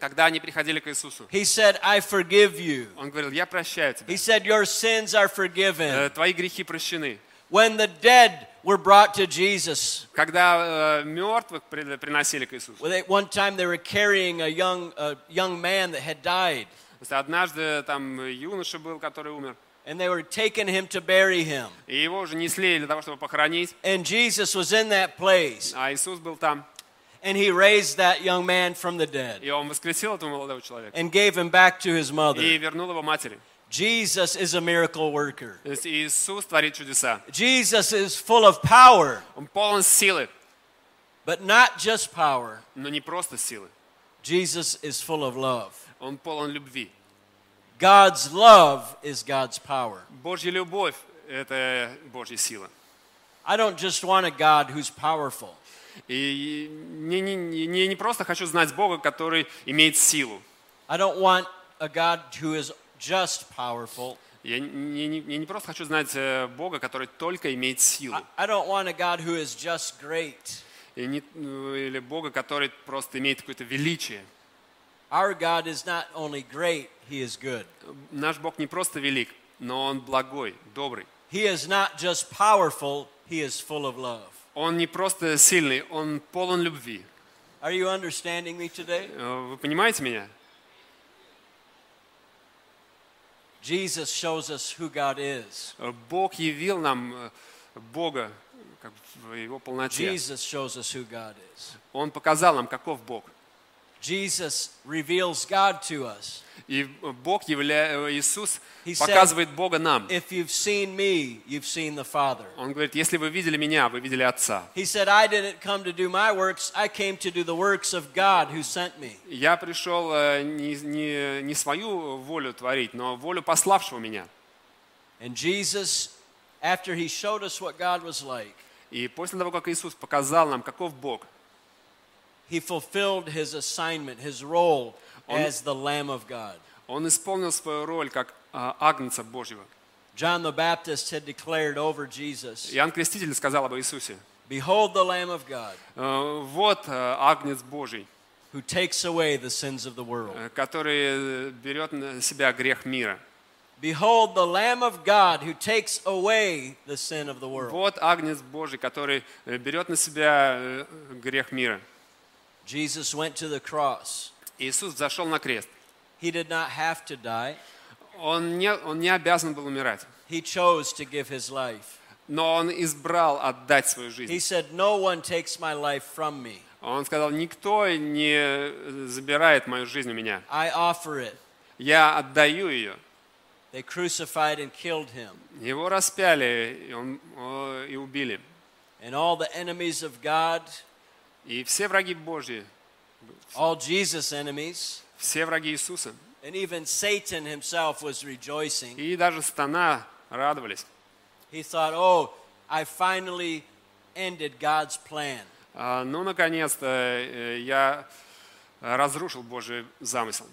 [SPEAKER 2] когда они приходили к Иисусу,
[SPEAKER 1] he said, I forgive you.
[SPEAKER 2] Он говорил, я прощаю тебя.
[SPEAKER 1] He said, Your sins are
[SPEAKER 2] Э,
[SPEAKER 1] forgiven.
[SPEAKER 2] Твои грехи прощены.
[SPEAKER 1] When the dead were brought to Jesus,
[SPEAKER 2] Когда э, мертвых при- приносили к Иисусу,
[SPEAKER 1] well, they- one time they were carrying a young, a young man that had died,
[SPEAKER 2] То есть однажды там юноша был, который умер,
[SPEAKER 1] and they were taking him to bury him.
[SPEAKER 2] и его уже несли для того, чтобы похоронить,
[SPEAKER 1] And Jesus was in that place,
[SPEAKER 2] а Иисус был там,
[SPEAKER 1] and he raised that young man from the dead
[SPEAKER 2] и он воскресил этого молодого человека
[SPEAKER 1] and gave him back to his
[SPEAKER 2] и
[SPEAKER 1] mother.
[SPEAKER 2] вернул его матери.
[SPEAKER 1] Jesus is a miracle worker.
[SPEAKER 2] То есть Иисус творит чудеса.
[SPEAKER 1] Jesus is full of power,
[SPEAKER 2] Он полон силы,
[SPEAKER 1] but not just power.
[SPEAKER 2] но не просто силы.
[SPEAKER 1] Jesus is full of love.
[SPEAKER 2] Он полон любви.
[SPEAKER 1] God's love is God's power.
[SPEAKER 2] Божья любовь – это Божья сила.
[SPEAKER 1] I don't just want a God who's powerful.
[SPEAKER 2] И не, не- не- не просто хочу знать Бога, который имеет силу.
[SPEAKER 1] I don't want a God who is just powerful.
[SPEAKER 2] Я не, не- я не просто хочу знать э, Бога, который только имеет силу.
[SPEAKER 1] I, I don't want a God who is just great.
[SPEAKER 2] И не- ну, или Бога, который просто имеет какое-то величие.
[SPEAKER 1] Our God is not only great, He is good.
[SPEAKER 2] Наш Бог не просто велик, но Он благой, добрый.
[SPEAKER 1] He is not just powerful, He is full of love.
[SPEAKER 2] Он не просто сильный, Он полон любви.
[SPEAKER 1] Are you understanding me today?
[SPEAKER 2] Э, Вы понимаете меня?
[SPEAKER 1] Jesus shows us who God is.
[SPEAKER 2] Э, Бог явил нам э, Бога как в Его полноте.
[SPEAKER 1] Jesus shows us who God is.
[SPEAKER 2] Он показал нам, каков Бог.
[SPEAKER 1] Jesus reveals God to us.
[SPEAKER 2] И Бог явля... э, Иисус
[SPEAKER 1] He said-
[SPEAKER 2] показывает Бога нам.
[SPEAKER 1] If you've seen me, you've seen the Father.
[SPEAKER 2] Он говорит, если вы видели меня, вы видели Отца.
[SPEAKER 1] He said, I didn't come to do my works, I came to do the works of God who sent me.
[SPEAKER 2] Я пришел э, не, не- не свою волю творить, но волю пославшего меня.
[SPEAKER 1] And Jesus, after he showed us what God was like,
[SPEAKER 2] И после того, как Иисус показал нам, каков Бог,
[SPEAKER 1] he fulfilled his assignment, his role
[SPEAKER 2] Он-
[SPEAKER 1] as the Lamb of God.
[SPEAKER 2] Он исполнил свою роль как э, Агнца Божьего.
[SPEAKER 1] John the Baptist had declared over Jesus,
[SPEAKER 2] Иоанн Креститель сказал об Иисусе,
[SPEAKER 1] Behold the Lamb of God
[SPEAKER 2] э, вот э, Агнец Божий,
[SPEAKER 1] who takes away the sins of the world.
[SPEAKER 2] э, который э, берет на себя грех мира.
[SPEAKER 1] Behold, the Lamb of God who takes away the sin of the world.
[SPEAKER 2] Вот Агнец Божий, который э, берет на себя э, грех мира.
[SPEAKER 1] Jesus went to the cross.
[SPEAKER 2] Иисус зашел на крест.
[SPEAKER 1] He did not have to die,
[SPEAKER 2] Он не, он не обязан был умирать,
[SPEAKER 1] he chose to give his life.
[SPEAKER 2] но он избрал отдать свою жизнь.
[SPEAKER 1] He said, No one takes my life from me,
[SPEAKER 2] Он сказал, никто не э, забирает мою жизнь у меня.
[SPEAKER 1] I offer it.
[SPEAKER 2] Я отдаю ее.
[SPEAKER 1] They crucified and killed him,
[SPEAKER 2] Его распяли и, он- о, и убили.
[SPEAKER 1] and all the enemies of God,
[SPEAKER 2] И все враги Божьи,
[SPEAKER 1] all Jesus' enemies,
[SPEAKER 2] все враги Иисуса,
[SPEAKER 1] and even Satan himself was rejoicing.
[SPEAKER 2] и даже стана радовались.
[SPEAKER 1] He thought, Oh, I finally ended God's plan.
[SPEAKER 2] А, Ну, наконец-то э, я разрушил Божий замысел.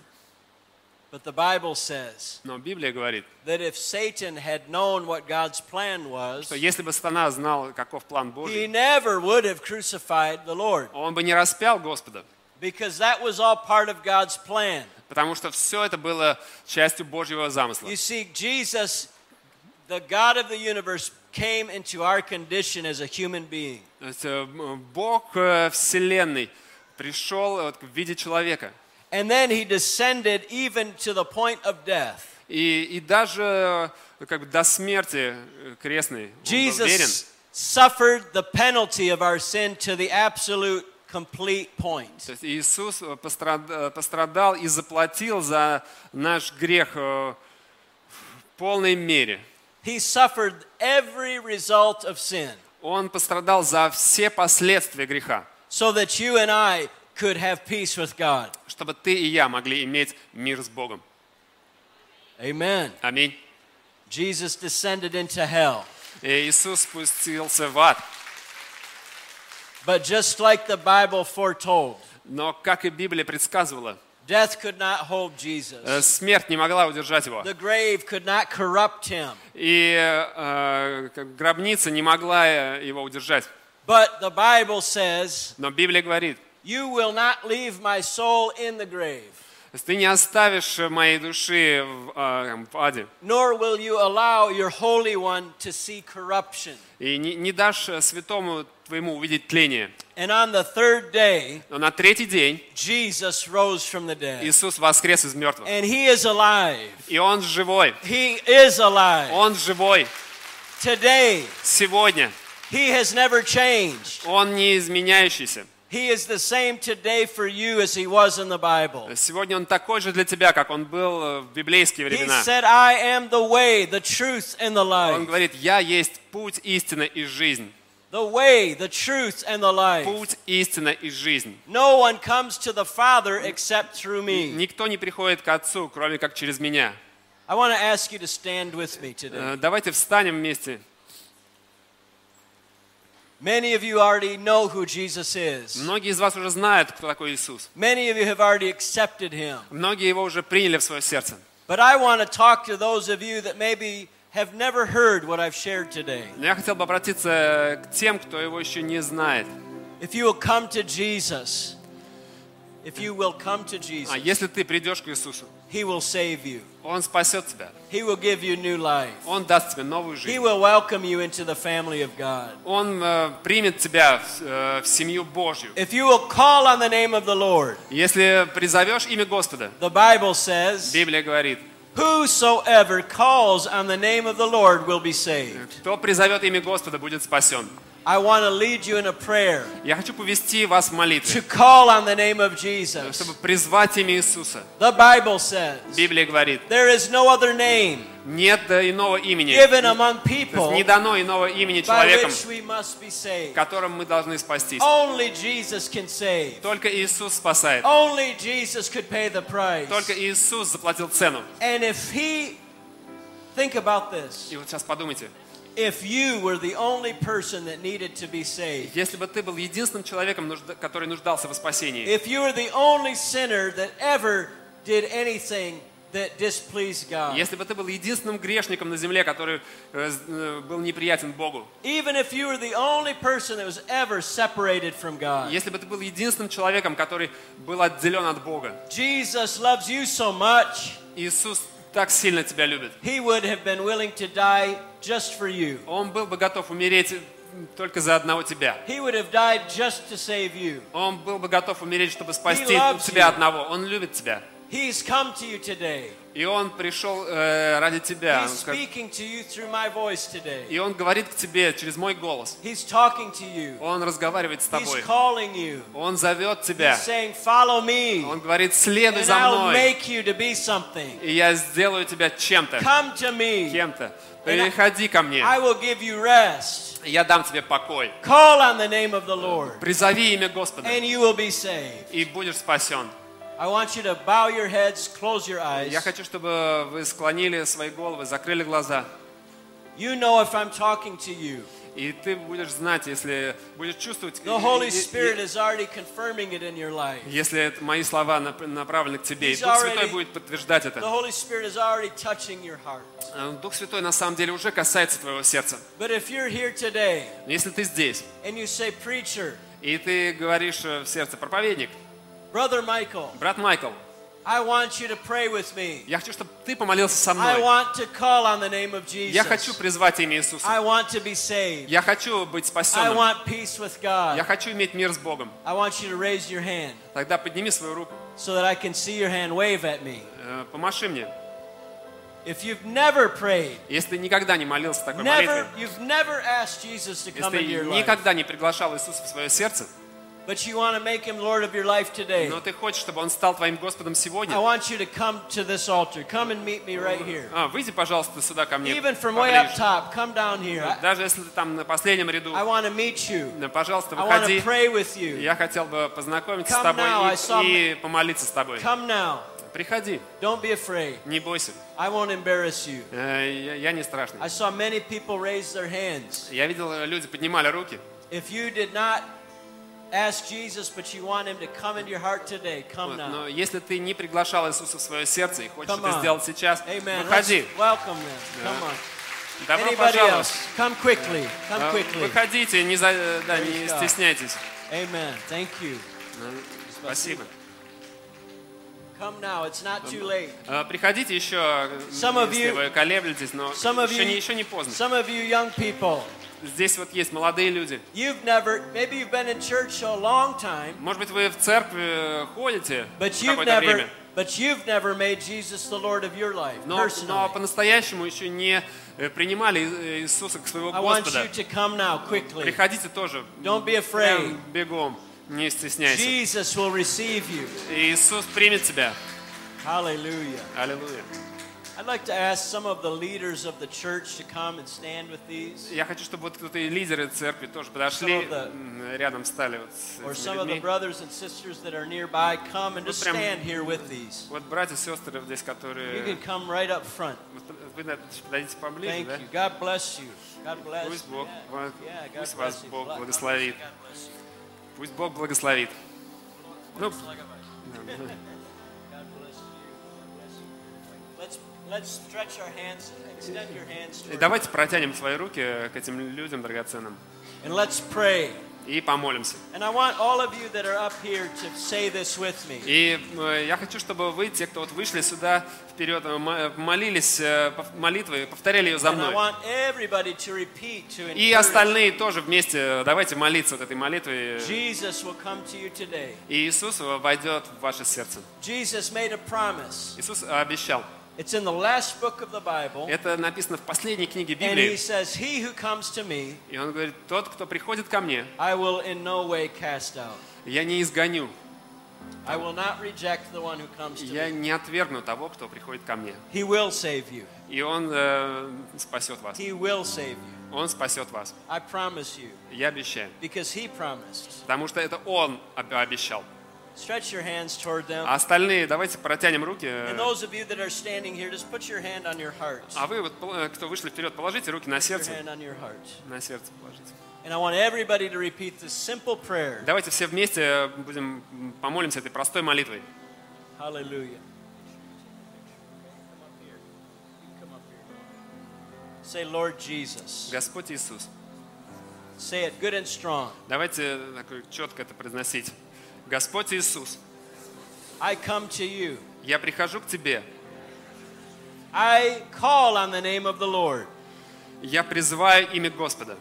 [SPEAKER 1] But the Bible says,
[SPEAKER 2] Но Библия говорит,
[SPEAKER 1] that if Satan had known what God's plan was,
[SPEAKER 2] что если бы сатана знал, каков план
[SPEAKER 1] he
[SPEAKER 2] Божий,
[SPEAKER 1] never would have crucified the Lord
[SPEAKER 2] он бы не распял Господа,
[SPEAKER 1] because that was all part of God's plan.
[SPEAKER 2] потому что все это было частью Божьего замысла.
[SPEAKER 1] You see, Jesus, the God of the universe, came into our condition as a human being.
[SPEAKER 2] То есть э, м, Бог э, Вселенной пришел э, вот в виде человека.
[SPEAKER 1] And then he descended even to the point of death.
[SPEAKER 2] И, и даже э, как бы до смерти э, крестной он был верен.
[SPEAKER 1] Jesus suffered the penalty of our sin to the absolute, complete point.
[SPEAKER 2] То есть Иисус э, пострад- э, пострадал и заплатил за наш грех э, в полной мере.
[SPEAKER 1] He suffered every result of sin.
[SPEAKER 2] Он пострадал за все последствия греха,
[SPEAKER 1] so that you and I could have peace with God.
[SPEAKER 2] чтобы ты и я могли иметь мир с Богом.
[SPEAKER 1] Amen.
[SPEAKER 2] Аминь.
[SPEAKER 1] Jesus descended into hell.
[SPEAKER 2] И Иисус спустился в ад.
[SPEAKER 1] But just like the Bible foretold,
[SPEAKER 2] Но, как и Библия предсказывала,
[SPEAKER 1] death could not hold
[SPEAKER 2] э,
[SPEAKER 1] Jesus,
[SPEAKER 2] смерть не могла удержать его.
[SPEAKER 1] the grave could not corrupt him.
[SPEAKER 2] И э, как гробница не могла э, его удержать.
[SPEAKER 1] But the Bible says,
[SPEAKER 2] Но Библия говорит,
[SPEAKER 1] You will not leave my soul in the grave,
[SPEAKER 2] ты не оставишь моей души в, э, в аде.
[SPEAKER 1] nor will you allow your Holy One to see corruption.
[SPEAKER 2] И не, не дашь э, святому твоему увидеть тление.
[SPEAKER 1] And on the third day,
[SPEAKER 2] Но на третий день
[SPEAKER 1] Jesus rose from the dead.
[SPEAKER 2] Иисус воскрес из мертвых.
[SPEAKER 1] And he is alive.
[SPEAKER 2] И Он живой.
[SPEAKER 1] He is alive.
[SPEAKER 2] Он живой.
[SPEAKER 1] Today,
[SPEAKER 2] Сегодня.
[SPEAKER 1] He has неver changed.
[SPEAKER 2] Он не изменяющийся.
[SPEAKER 1] He is the same today for you as he was in the Bible.
[SPEAKER 2] Сегодня Он такой же для тебя, как Он был э, в библейские
[SPEAKER 1] He
[SPEAKER 2] времена.
[SPEAKER 1] said, I am the way, the truth, and the
[SPEAKER 2] Он
[SPEAKER 1] life.
[SPEAKER 2] говорит, я есть путь, истина и жизнь.
[SPEAKER 1] The way, the truth, and the life.
[SPEAKER 2] Путь, истина и жизнь.
[SPEAKER 1] No one comes to the Father except through me.
[SPEAKER 2] Никто не приходит к Отцу, кроме как через меня.
[SPEAKER 1] I want to ask you to stand with me today.
[SPEAKER 2] Э, Давайте встанем вместе.
[SPEAKER 1] Many of you already know who Jesus is.
[SPEAKER 2] Многие из вас уже знают, кто такой Иисус.
[SPEAKER 1] Many of you have already accepted him.
[SPEAKER 2] Многие его уже приняли в свое сердце.
[SPEAKER 1] But I want to talk to those of you that maybe have never heard what I've shared today.
[SPEAKER 2] Но я хотел бы обратиться э, к тем, кто его еще не знает.
[SPEAKER 1] If you will come to Jesus, if you will come to Jesus,
[SPEAKER 2] А если ты придешь к Иисусу,
[SPEAKER 1] He will save you.
[SPEAKER 2] Он спасет тебя.
[SPEAKER 1] He will give you new life.
[SPEAKER 2] Он даст тебе новую
[SPEAKER 1] He
[SPEAKER 2] жизнь.
[SPEAKER 1] will welcome you into the family of God.
[SPEAKER 2] Он э, примет тебя в, э, в семью Божью.
[SPEAKER 1] If you will call on the name of the Lord,
[SPEAKER 2] Если призовешь имя Господа,
[SPEAKER 1] the Bible says,
[SPEAKER 2] Библия говорит,
[SPEAKER 1] Whosoever calls on the name of the Lord will be saved.
[SPEAKER 2] кто призовет имя Господа, будет спасен.
[SPEAKER 1] I want to lead you in a prayer
[SPEAKER 2] Я хочу повести вас в молитве,
[SPEAKER 1] to call on the name of
[SPEAKER 2] Э, чтобы
[SPEAKER 1] Jesus.
[SPEAKER 2] призвать имя Иисуса.
[SPEAKER 1] The Bible says,
[SPEAKER 2] Библия говорит,
[SPEAKER 1] There is no other name
[SPEAKER 2] нет э, иного имени.
[SPEAKER 1] given among
[SPEAKER 2] То есть
[SPEAKER 1] people
[SPEAKER 2] не дано иного имени
[SPEAKER 1] by
[SPEAKER 2] человеком,
[SPEAKER 1] which Oh. we must be saved.
[SPEAKER 2] которым мы должны спастись.
[SPEAKER 1] Only Jesus can save.
[SPEAKER 2] Только Иисус спасает.
[SPEAKER 1] Only Jesus could pay the price.
[SPEAKER 2] Только Иисус заплатил цену.
[SPEAKER 1] And if he, think about this,
[SPEAKER 2] И вот сейчас подумайте,
[SPEAKER 1] if you were the only person that needed to be saved,
[SPEAKER 2] если бы ты был единственным человеком, нужда- который нуждался во спасении,
[SPEAKER 1] if you were the only sinner that ever did anything that displeased God.
[SPEAKER 2] Если бы ты был единственным грешником на земле, который э, с- э, был неприятен Богу,
[SPEAKER 1] Even if you were the only person that was ever separated from God.
[SPEAKER 2] если бы ты был единственным человеком, который был отделен от Бога,
[SPEAKER 1] Jesus loves you so much,
[SPEAKER 2] Иисус так сильно тебя любит.
[SPEAKER 1] he would have been willing to die just for you.
[SPEAKER 2] Он был бы готов умереть м, только за одного тебя.
[SPEAKER 1] He would have died just to save you.
[SPEAKER 2] Он был бы готов умереть, чтобы спасти
[SPEAKER 1] He loves
[SPEAKER 2] тебя
[SPEAKER 1] you.
[SPEAKER 2] одного. Он любит тебя.
[SPEAKER 1] He's come to you today.
[SPEAKER 2] И Он пришел э, ради тебя.
[SPEAKER 1] He's
[SPEAKER 2] Он как-
[SPEAKER 1] speaking to you through my voice today.
[SPEAKER 2] И Он говорит к тебе через мой голос.
[SPEAKER 1] He's talking to you.
[SPEAKER 2] Он разговаривает с
[SPEAKER 1] He's
[SPEAKER 2] тобой.
[SPEAKER 1] calling you.
[SPEAKER 2] Он зовет тебя.
[SPEAKER 1] He's saying, Follow me,
[SPEAKER 2] Он говорит, следуй
[SPEAKER 1] and
[SPEAKER 2] за
[SPEAKER 1] I'll
[SPEAKER 2] мной.
[SPEAKER 1] make you to be something.
[SPEAKER 2] И я сделаю тебя чем-то.
[SPEAKER 1] Come to me,
[SPEAKER 2] Кем-то. Переходи ко мне.
[SPEAKER 1] I will give you rest.
[SPEAKER 2] Я дам тебе покой.
[SPEAKER 1] Call on the name of the Lord,
[SPEAKER 2] Призови имя Господа.
[SPEAKER 1] and you will be saved.
[SPEAKER 2] И будешь спасен.
[SPEAKER 1] I want you to bow your heads, close your eyes.
[SPEAKER 2] Я хочу, чтобы вы склонили свои головы, закрыли глаза.
[SPEAKER 1] You know if I'm talking to you.
[SPEAKER 2] И ты будешь знать, если будешь чувствовать,
[SPEAKER 1] The Holy
[SPEAKER 2] и- и-
[SPEAKER 1] Spirit is already confirming it in your life.
[SPEAKER 2] если это мои слова нап- направлены к тебе, и
[SPEAKER 1] He's
[SPEAKER 2] Дух Святой
[SPEAKER 1] already-
[SPEAKER 2] будет подтверждать
[SPEAKER 1] The
[SPEAKER 2] это.
[SPEAKER 1] Holy Spirit is already touching your heart.
[SPEAKER 2] Э, Дух Святой на самом деле уже касается твоего сердца.
[SPEAKER 1] But if you're here today
[SPEAKER 2] Но Если ты здесь,
[SPEAKER 1] and you say, Preacher,
[SPEAKER 2] и ты говоришь э, в сердце, проповедник,
[SPEAKER 1] Brother Michael,
[SPEAKER 2] брат Майкл,
[SPEAKER 1] I want you to pray with me.
[SPEAKER 2] я хочу, чтобы ты помолился со
[SPEAKER 1] I
[SPEAKER 2] мной.
[SPEAKER 1] want to call on the name of
[SPEAKER 2] Я хочу
[SPEAKER 1] Jesus.
[SPEAKER 2] призвать имя Иисуса.
[SPEAKER 1] I want to be saved.
[SPEAKER 2] Я хочу быть
[SPEAKER 1] I
[SPEAKER 2] спасенным.
[SPEAKER 1] want peace with
[SPEAKER 2] Я
[SPEAKER 1] God.
[SPEAKER 2] хочу иметь мир с Богом.
[SPEAKER 1] I want you to raise your hand
[SPEAKER 2] Тогда подними свою руку,
[SPEAKER 1] so that I can see your hand wave at me.
[SPEAKER 2] э, помаши мне.
[SPEAKER 1] If you've never prayed,
[SPEAKER 2] Если ты никогда не молился такой
[SPEAKER 1] never,
[SPEAKER 2] молитвой,
[SPEAKER 1] you've never asked Jesus to
[SPEAKER 2] если
[SPEAKER 1] come
[SPEAKER 2] ты
[SPEAKER 1] into your life,
[SPEAKER 2] никогда не приглашал Иисуса в свое сердце,
[SPEAKER 1] but you want to make him Lord of your life today,
[SPEAKER 2] но ты хочешь, чтобы Он стал твоим Господом
[SPEAKER 1] I
[SPEAKER 2] сегодня,
[SPEAKER 1] want you to come to this altar. Come and meet me right here.
[SPEAKER 2] а, выйди, пожалуйста, сюда ко мне.
[SPEAKER 1] Even from way up
[SPEAKER 2] поближе.
[SPEAKER 1] top, come down here. I,
[SPEAKER 2] Даже если ты там на последнем ряду,
[SPEAKER 1] I want to meet you.
[SPEAKER 2] э, пожалуйста,
[SPEAKER 1] I want to
[SPEAKER 2] выходи.
[SPEAKER 1] pray with you.
[SPEAKER 2] Я хотел бы познакомиться
[SPEAKER 1] Come
[SPEAKER 2] с тобой
[SPEAKER 1] now,
[SPEAKER 2] и-
[SPEAKER 1] I saw
[SPEAKER 2] и, помолиться с тобой.
[SPEAKER 1] Come now.
[SPEAKER 2] Приходи,
[SPEAKER 1] Don't be afraid.
[SPEAKER 2] не бойся.
[SPEAKER 1] I won't embarrass you.
[SPEAKER 2] Э, Я, я не
[SPEAKER 1] I
[SPEAKER 2] страшный.
[SPEAKER 1] saw many people raise their hands.
[SPEAKER 2] Я видел, э, люди поднимали руки.
[SPEAKER 1] If you did not ask Jesus, but you want him to come into your heart today, come
[SPEAKER 2] Вот,
[SPEAKER 1] now.
[SPEAKER 2] Но если ты не приглашал Иисуса в свое сердце и хочешь
[SPEAKER 1] Come
[SPEAKER 2] это
[SPEAKER 1] on.
[SPEAKER 2] сделать сейчас,
[SPEAKER 1] Amen. Let's
[SPEAKER 2] выходи.
[SPEAKER 1] welcome them. Come on.
[SPEAKER 2] Добро
[SPEAKER 1] Anybody
[SPEAKER 2] пожаловать.
[SPEAKER 1] else? Come quickly. Come
[SPEAKER 2] Э,
[SPEAKER 1] quickly.
[SPEAKER 2] Выходите, не, за- э, да, не
[SPEAKER 1] Praise God.
[SPEAKER 2] стесняйтесь.
[SPEAKER 1] Amen. Thank you.
[SPEAKER 2] Э, Спасибо.
[SPEAKER 1] Come now. It's not too late.
[SPEAKER 2] Э, Приходите еще, э,
[SPEAKER 1] Some of
[SPEAKER 2] если
[SPEAKER 1] you-
[SPEAKER 2] вы колеблетесь, но
[SPEAKER 1] Some of
[SPEAKER 2] еще, не,
[SPEAKER 1] you,
[SPEAKER 2] еще не поздно.
[SPEAKER 1] some of you young people,
[SPEAKER 2] Здесь вот есть молодые люди.
[SPEAKER 1] you've never, maybe you've been in church a long time,
[SPEAKER 2] Может быть, вы в церкви э, ходите
[SPEAKER 1] but you've
[SPEAKER 2] какое-то
[SPEAKER 1] never,
[SPEAKER 2] время,
[SPEAKER 1] but you've never made Jesus the Lord of your life
[SPEAKER 2] но, но
[SPEAKER 1] personally.
[SPEAKER 2] по-настоящему еще не э, принимали э, Иисуса как своего
[SPEAKER 1] I want you
[SPEAKER 2] Господа.
[SPEAKER 1] to come now quickly.
[SPEAKER 2] Приходите тоже
[SPEAKER 1] Don't be afraid.
[SPEAKER 2] прям бегом, не стесняйтесь.
[SPEAKER 1] Jesus will receive you.
[SPEAKER 2] Иисус примет тебя.
[SPEAKER 1] Hallelujah.
[SPEAKER 2] Аллилуйя.
[SPEAKER 1] I'd like to ask some of the leaders of the church to come and stand with these,
[SPEAKER 2] Я хочу, чтобы вот кто-то и лидеры церкви тоже
[SPEAKER 1] Some
[SPEAKER 2] подошли,
[SPEAKER 1] of the-
[SPEAKER 2] м, рядом стали вот с
[SPEAKER 1] or
[SPEAKER 2] этими
[SPEAKER 1] some of the
[SPEAKER 2] людьми.
[SPEAKER 1] brothers and sisters that are nearby, come and just
[SPEAKER 2] прям-
[SPEAKER 1] stand here with these.
[SPEAKER 2] Вот братья и сестры здесь,
[SPEAKER 1] You
[SPEAKER 2] которые...
[SPEAKER 1] can come right up front.
[SPEAKER 2] Вот Вы на- подойдите поближе,
[SPEAKER 1] Thank
[SPEAKER 2] да?
[SPEAKER 1] you. God bless you. God bless.
[SPEAKER 2] Пусть Бог
[SPEAKER 1] Yeah.
[SPEAKER 2] вас-
[SPEAKER 1] Yeah, God
[SPEAKER 2] пусть
[SPEAKER 1] bless
[SPEAKER 2] вас
[SPEAKER 1] you.
[SPEAKER 2] Бог
[SPEAKER 1] God
[SPEAKER 2] благословит.
[SPEAKER 1] bless you.
[SPEAKER 2] Пусть Бог благословит. Ну,
[SPEAKER 1] God bless you. God bless you. Let's let's stretch our hands. Extend your hands.
[SPEAKER 2] и
[SPEAKER 1] towards-
[SPEAKER 2] давайте протянем свои руки к этим людям драгоценным
[SPEAKER 1] And let's pray.
[SPEAKER 2] и помолимся.
[SPEAKER 1] And I want all of you that are up here to say this with me.
[SPEAKER 2] И э, я хочу, чтобы вы, те, кто вот вышли сюда вперед, э, мо- э, молились э, пов- молитвы, повторяли ее за
[SPEAKER 1] And I
[SPEAKER 2] мной.
[SPEAKER 1] want everybody to repeat to
[SPEAKER 2] И
[SPEAKER 1] encourage.
[SPEAKER 2] остальные тоже вместе э, давайте молиться вот этой молитвой.
[SPEAKER 1] Jesus will come to you today.
[SPEAKER 2] И Иисус войдет в ваше сердце.
[SPEAKER 1] Jesus made a promise.
[SPEAKER 2] Иисус обещал.
[SPEAKER 1] It's in the last book of the Bible.
[SPEAKER 2] Это написано в последней книге
[SPEAKER 1] And he
[SPEAKER 2] Библии.
[SPEAKER 1] says, He who comes to me,
[SPEAKER 2] И он говорит, тот, кто приходит ко мне,
[SPEAKER 1] I will in no way cast out.
[SPEAKER 2] я не изгоню,
[SPEAKER 1] I will not reject the one who comes to
[SPEAKER 2] я
[SPEAKER 1] me.
[SPEAKER 2] не отвергну того, кто приходит ко мне.
[SPEAKER 1] He will save you.
[SPEAKER 2] И он э, спасет вас.
[SPEAKER 1] He will save you.
[SPEAKER 2] Он спасет вас.
[SPEAKER 1] I promise you.
[SPEAKER 2] Я обещаю.
[SPEAKER 1] Because he promised.
[SPEAKER 2] Потому что это он об- обещал.
[SPEAKER 1] Stretch your hands toward
[SPEAKER 2] А
[SPEAKER 1] them.
[SPEAKER 2] остальные, давайте протянем руки.
[SPEAKER 1] And those of you that are standing here, just put your hand on your heart.
[SPEAKER 2] А вы, вот, пол- э, кто вышли вперед, положите руки на
[SPEAKER 1] Your
[SPEAKER 2] сердце.
[SPEAKER 1] hand on your heart.
[SPEAKER 2] На сердце положите.
[SPEAKER 1] And I want everybody to repeat this simple prayer.
[SPEAKER 2] Давайте все вместе э, будем м, помолимся этой простой молитвой.
[SPEAKER 1] Hallelujah. Say, Lord Jesus.
[SPEAKER 2] Господь Иисус.
[SPEAKER 1] Say it good and strong.
[SPEAKER 2] Давайте так четко это произносить. Господь Иисус,
[SPEAKER 1] I come to you.
[SPEAKER 2] я прихожу к Тебе,
[SPEAKER 1] I call on the name of the Lord.
[SPEAKER 2] я призываю имя Господа,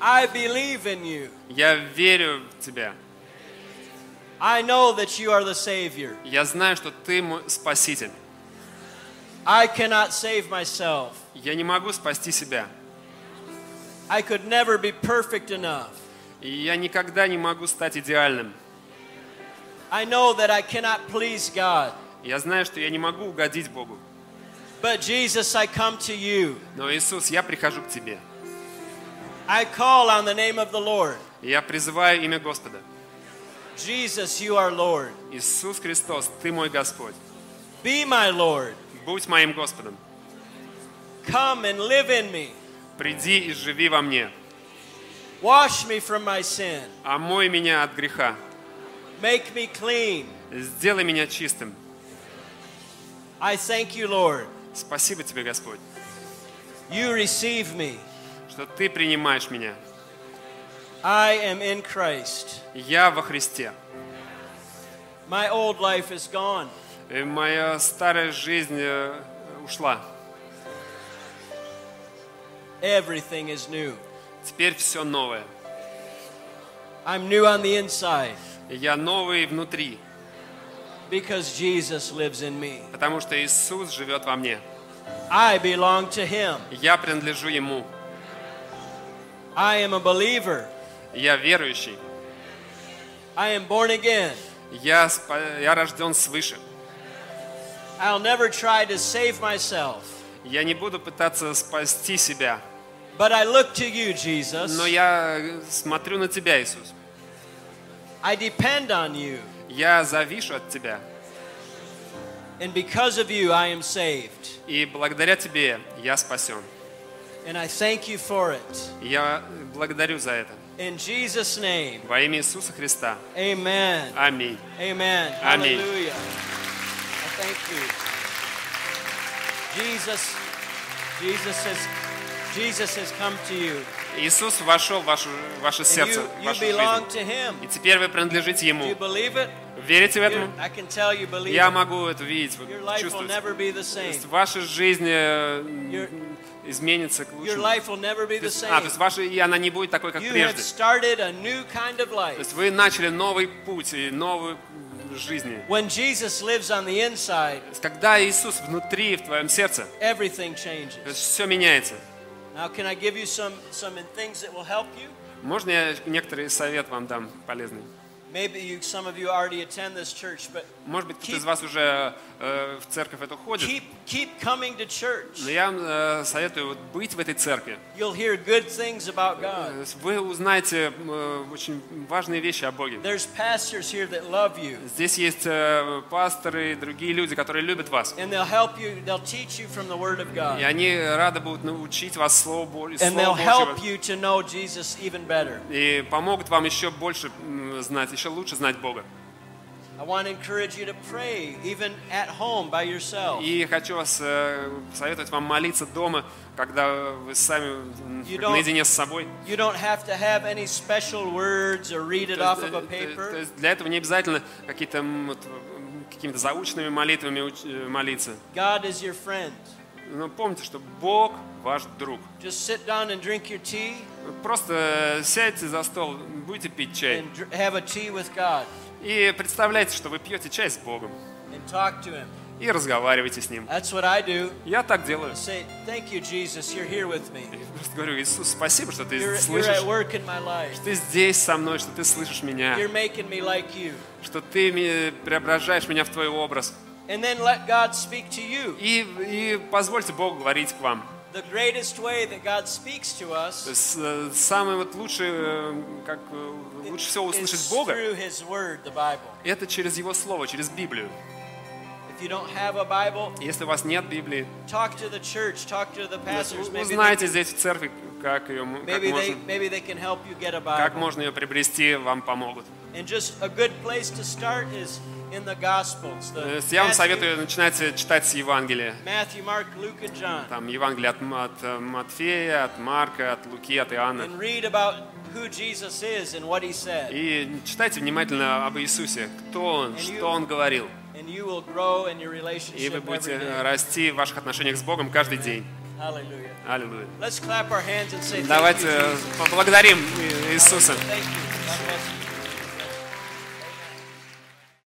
[SPEAKER 1] I believe in you.
[SPEAKER 2] я верю в Тебя,
[SPEAKER 1] I know that you are the Savior.
[SPEAKER 2] я знаю, что Ты мой Спаситель.
[SPEAKER 1] I cannot save myself.
[SPEAKER 2] Я не могу спасти себя,
[SPEAKER 1] I could never be perfect enough.
[SPEAKER 2] и я никогда не могу стать идеальным.
[SPEAKER 1] I know that I cannot please God.
[SPEAKER 2] Я знаю, что я не могу угодить Богу.
[SPEAKER 1] But Jesus, I come to you.
[SPEAKER 2] Но, Иисус, я прихожу к Тебе.
[SPEAKER 1] I call on the name of the Lord.
[SPEAKER 2] Я призываю имя Господа.
[SPEAKER 1] Jesus, you are Lord.
[SPEAKER 2] Иисус Христос, Ты мой Господь.
[SPEAKER 1] Be my Lord.
[SPEAKER 2] Будь моим Господом.
[SPEAKER 1] Come and live in me.
[SPEAKER 2] Приди и живи во мне.
[SPEAKER 1] Wash me from my sin.
[SPEAKER 2] Омой меня от греха.
[SPEAKER 1] Make me clean.
[SPEAKER 2] Сделай меня чистым.
[SPEAKER 1] I thank you, Lord.
[SPEAKER 2] Спасибо Тебе, Господь,
[SPEAKER 1] You receive me.
[SPEAKER 2] что Ты принимаешь меня.
[SPEAKER 1] I am in Christ.
[SPEAKER 2] Я во Христе.
[SPEAKER 1] My old life is gone.
[SPEAKER 2] И Э, моя старая жизнь э, ушла.
[SPEAKER 1] Everything is new.
[SPEAKER 2] Теперь все новое.
[SPEAKER 1] I'm new on the inside
[SPEAKER 2] Я новый внутри,
[SPEAKER 1] because Jesus lives in me.
[SPEAKER 2] потому что Иисус живет во мне.
[SPEAKER 1] I belong to Him.
[SPEAKER 2] Я принадлежу Ему.
[SPEAKER 1] I am a believer.
[SPEAKER 2] Я верующий.
[SPEAKER 1] I am born again.
[SPEAKER 2] Я, спа- я рожден свыше.
[SPEAKER 1] I'll never try to save myself,
[SPEAKER 2] Я не буду пытаться спасти себя,
[SPEAKER 1] but I look to you, Jesus.
[SPEAKER 2] но я смотрю на Тебя, Иисус.
[SPEAKER 1] I depend on you,
[SPEAKER 2] Я завишу от Тебя,
[SPEAKER 1] and because of you, I am saved.
[SPEAKER 2] и благодаря Тебе я спасен.
[SPEAKER 1] And I thank you for it.
[SPEAKER 2] Я благодарю за это.
[SPEAKER 1] In Jesus' name,
[SPEAKER 2] Во имя Иисуса Христа.
[SPEAKER 1] amen.
[SPEAKER 2] Аминь.
[SPEAKER 1] Amen.
[SPEAKER 2] Amen.
[SPEAKER 1] Hallelujah. I thank you. Jesus, Jesus has, Jesus has come to you.
[SPEAKER 2] Иисус вошел в вашу- в ваше
[SPEAKER 1] And
[SPEAKER 2] сердце,
[SPEAKER 1] you,
[SPEAKER 2] в
[SPEAKER 1] you
[SPEAKER 2] вашу
[SPEAKER 1] belong
[SPEAKER 2] жизнь.
[SPEAKER 1] to Him.
[SPEAKER 2] И теперь вы принадлежите
[SPEAKER 1] Do you
[SPEAKER 2] Ему.
[SPEAKER 1] believe it?
[SPEAKER 2] Верите в
[SPEAKER 1] You-
[SPEAKER 2] это?
[SPEAKER 1] I can tell you believe
[SPEAKER 2] Я
[SPEAKER 1] it.
[SPEAKER 2] могу это видеть, вот
[SPEAKER 1] Your life will
[SPEAKER 2] чувствовать.
[SPEAKER 1] never be the
[SPEAKER 2] То
[SPEAKER 1] same.
[SPEAKER 2] есть ваша жизнь э,
[SPEAKER 1] Your,
[SPEAKER 2] изменится к
[SPEAKER 1] your
[SPEAKER 2] лучшему.
[SPEAKER 1] life will never be the
[SPEAKER 2] То есть- а, то
[SPEAKER 1] same.
[SPEAKER 2] есть ваша, и она не будет такой, как
[SPEAKER 1] You have
[SPEAKER 2] прежде.
[SPEAKER 1] started a new kind of
[SPEAKER 2] То есть
[SPEAKER 1] life.
[SPEAKER 2] вы начали новый путь и новую жизнь.
[SPEAKER 1] When Jesus lives on the inside,
[SPEAKER 2] То есть Когда Иисус внутри, в твоем сердце,
[SPEAKER 1] everything
[SPEAKER 2] то есть
[SPEAKER 1] changes.
[SPEAKER 2] все меняется.
[SPEAKER 1] Now, can I give you some, some things that will help you?
[SPEAKER 2] Можно я некоторый совет вам дам полезный?
[SPEAKER 1] Maybe you, some of you already attend this church, but
[SPEAKER 2] Может быть, кто-то
[SPEAKER 1] Keep-
[SPEAKER 2] из вас уже э, в церковь это ходит,
[SPEAKER 1] keep, keep coming to church.
[SPEAKER 2] но я вам э, советую вот быть в этой церкви.
[SPEAKER 1] You'll hear good things about
[SPEAKER 2] То
[SPEAKER 1] God.
[SPEAKER 2] есть Вы узнаете э, очень важные вещи о Боге.
[SPEAKER 1] There's pastors here that love you,
[SPEAKER 2] Здесь есть э, пасторы и другие люди, которые любят вас.
[SPEAKER 1] and they'll help you, they'll teach you from the Word of
[SPEAKER 2] И
[SPEAKER 1] God,
[SPEAKER 2] они рады будут научить вас Слову Бо-
[SPEAKER 1] and
[SPEAKER 2] Слову
[SPEAKER 1] they'll help
[SPEAKER 2] Божьего.
[SPEAKER 1] you to know Jesus even better.
[SPEAKER 2] И помогут вам еще больше м, знать, еще лучше знать Бога.
[SPEAKER 1] I want to encourage you to pray, even at home by yourself.
[SPEAKER 2] И хочу вас э, советовать вам молиться дома, когда вы сами м,
[SPEAKER 1] You don't-
[SPEAKER 2] наедине с собой.
[SPEAKER 1] You don't have to have any special words or read it
[SPEAKER 2] То есть,
[SPEAKER 1] off of
[SPEAKER 2] э,
[SPEAKER 1] a
[SPEAKER 2] то есть- то
[SPEAKER 1] paper.
[SPEAKER 2] есть для этого не обязательно какие-то м, вот, м, какими-то заученными молитвами уч- э, молиться.
[SPEAKER 1] God is your friend.
[SPEAKER 2] Но помните, что Бог ваш друг.
[SPEAKER 1] Just sit down and drink your tea
[SPEAKER 2] Просто э, сядьте за стол, будете пить чай
[SPEAKER 1] and dr- have a tea with God
[SPEAKER 2] и представляйте, что вы пьете чай с Богом
[SPEAKER 1] and talk to Him.
[SPEAKER 2] и разговаривайте с Ним.
[SPEAKER 1] That's what I do.
[SPEAKER 2] Я так делаю.
[SPEAKER 1] I say, Thank you, Jesus, you're here with me.
[SPEAKER 2] Я просто говорю, Иисус, спасибо, что ты
[SPEAKER 1] You're, you're
[SPEAKER 2] слышишь,
[SPEAKER 1] at work in my life.
[SPEAKER 2] ты здесь со мной, что ты слышишь меня,
[SPEAKER 1] You're making me like you.
[SPEAKER 2] что ты ме- преображаешь меня в твой образ.
[SPEAKER 1] And then let God speak to you.
[SPEAKER 2] И, и позвольте Богу говорить к вам.
[SPEAKER 1] The greatest way that God speaks to
[SPEAKER 2] То
[SPEAKER 1] us
[SPEAKER 2] есть, э, Самое вот лучшее, э, как э, лучше всего
[SPEAKER 1] is
[SPEAKER 2] услышать Бога,
[SPEAKER 1] through His Word, the Bible.
[SPEAKER 2] это через Его Слово, через Библию.
[SPEAKER 1] If If you don't have a Bible,
[SPEAKER 2] Если у вас нет Библии,
[SPEAKER 1] talk to the church, talk to the pastors.
[SPEAKER 2] вы
[SPEAKER 1] Maybe they,
[SPEAKER 2] знаете здесь в церкви, как, ее, м- как,
[SPEAKER 1] maybe they,
[SPEAKER 2] можно,
[SPEAKER 1] maybe they can help you get a
[SPEAKER 2] как
[SPEAKER 1] Bible.
[SPEAKER 2] можно ее приобрести, вам помогут.
[SPEAKER 1] And just a good place to start is in the Gospels. The
[SPEAKER 2] То есть Я вам
[SPEAKER 1] Matthew,
[SPEAKER 2] советую начинать читать с Евангелия.
[SPEAKER 1] Matthew, Mark, Luke, and John.
[SPEAKER 2] Там Евангелие от, М- от, э, Матфея, от Марка, от Луки, от Иоанна.
[SPEAKER 1] And read about who Jesus is and what he said.
[SPEAKER 2] И читайте внимательно об Иисусе, кто Он, что Он говорил.
[SPEAKER 1] And you will grow in your
[SPEAKER 2] И вы
[SPEAKER 1] relationship every
[SPEAKER 2] будете
[SPEAKER 1] day.
[SPEAKER 2] расти в ваших отношениях с Богом каждый день.
[SPEAKER 1] Hallelujah.
[SPEAKER 2] Аллилуйя.
[SPEAKER 1] Let's clap our hands and say thank you.
[SPEAKER 2] Давайте
[SPEAKER 1] Jesus.
[SPEAKER 2] поблагодарим Иисуса.
[SPEAKER 1] Thank you. God bless you.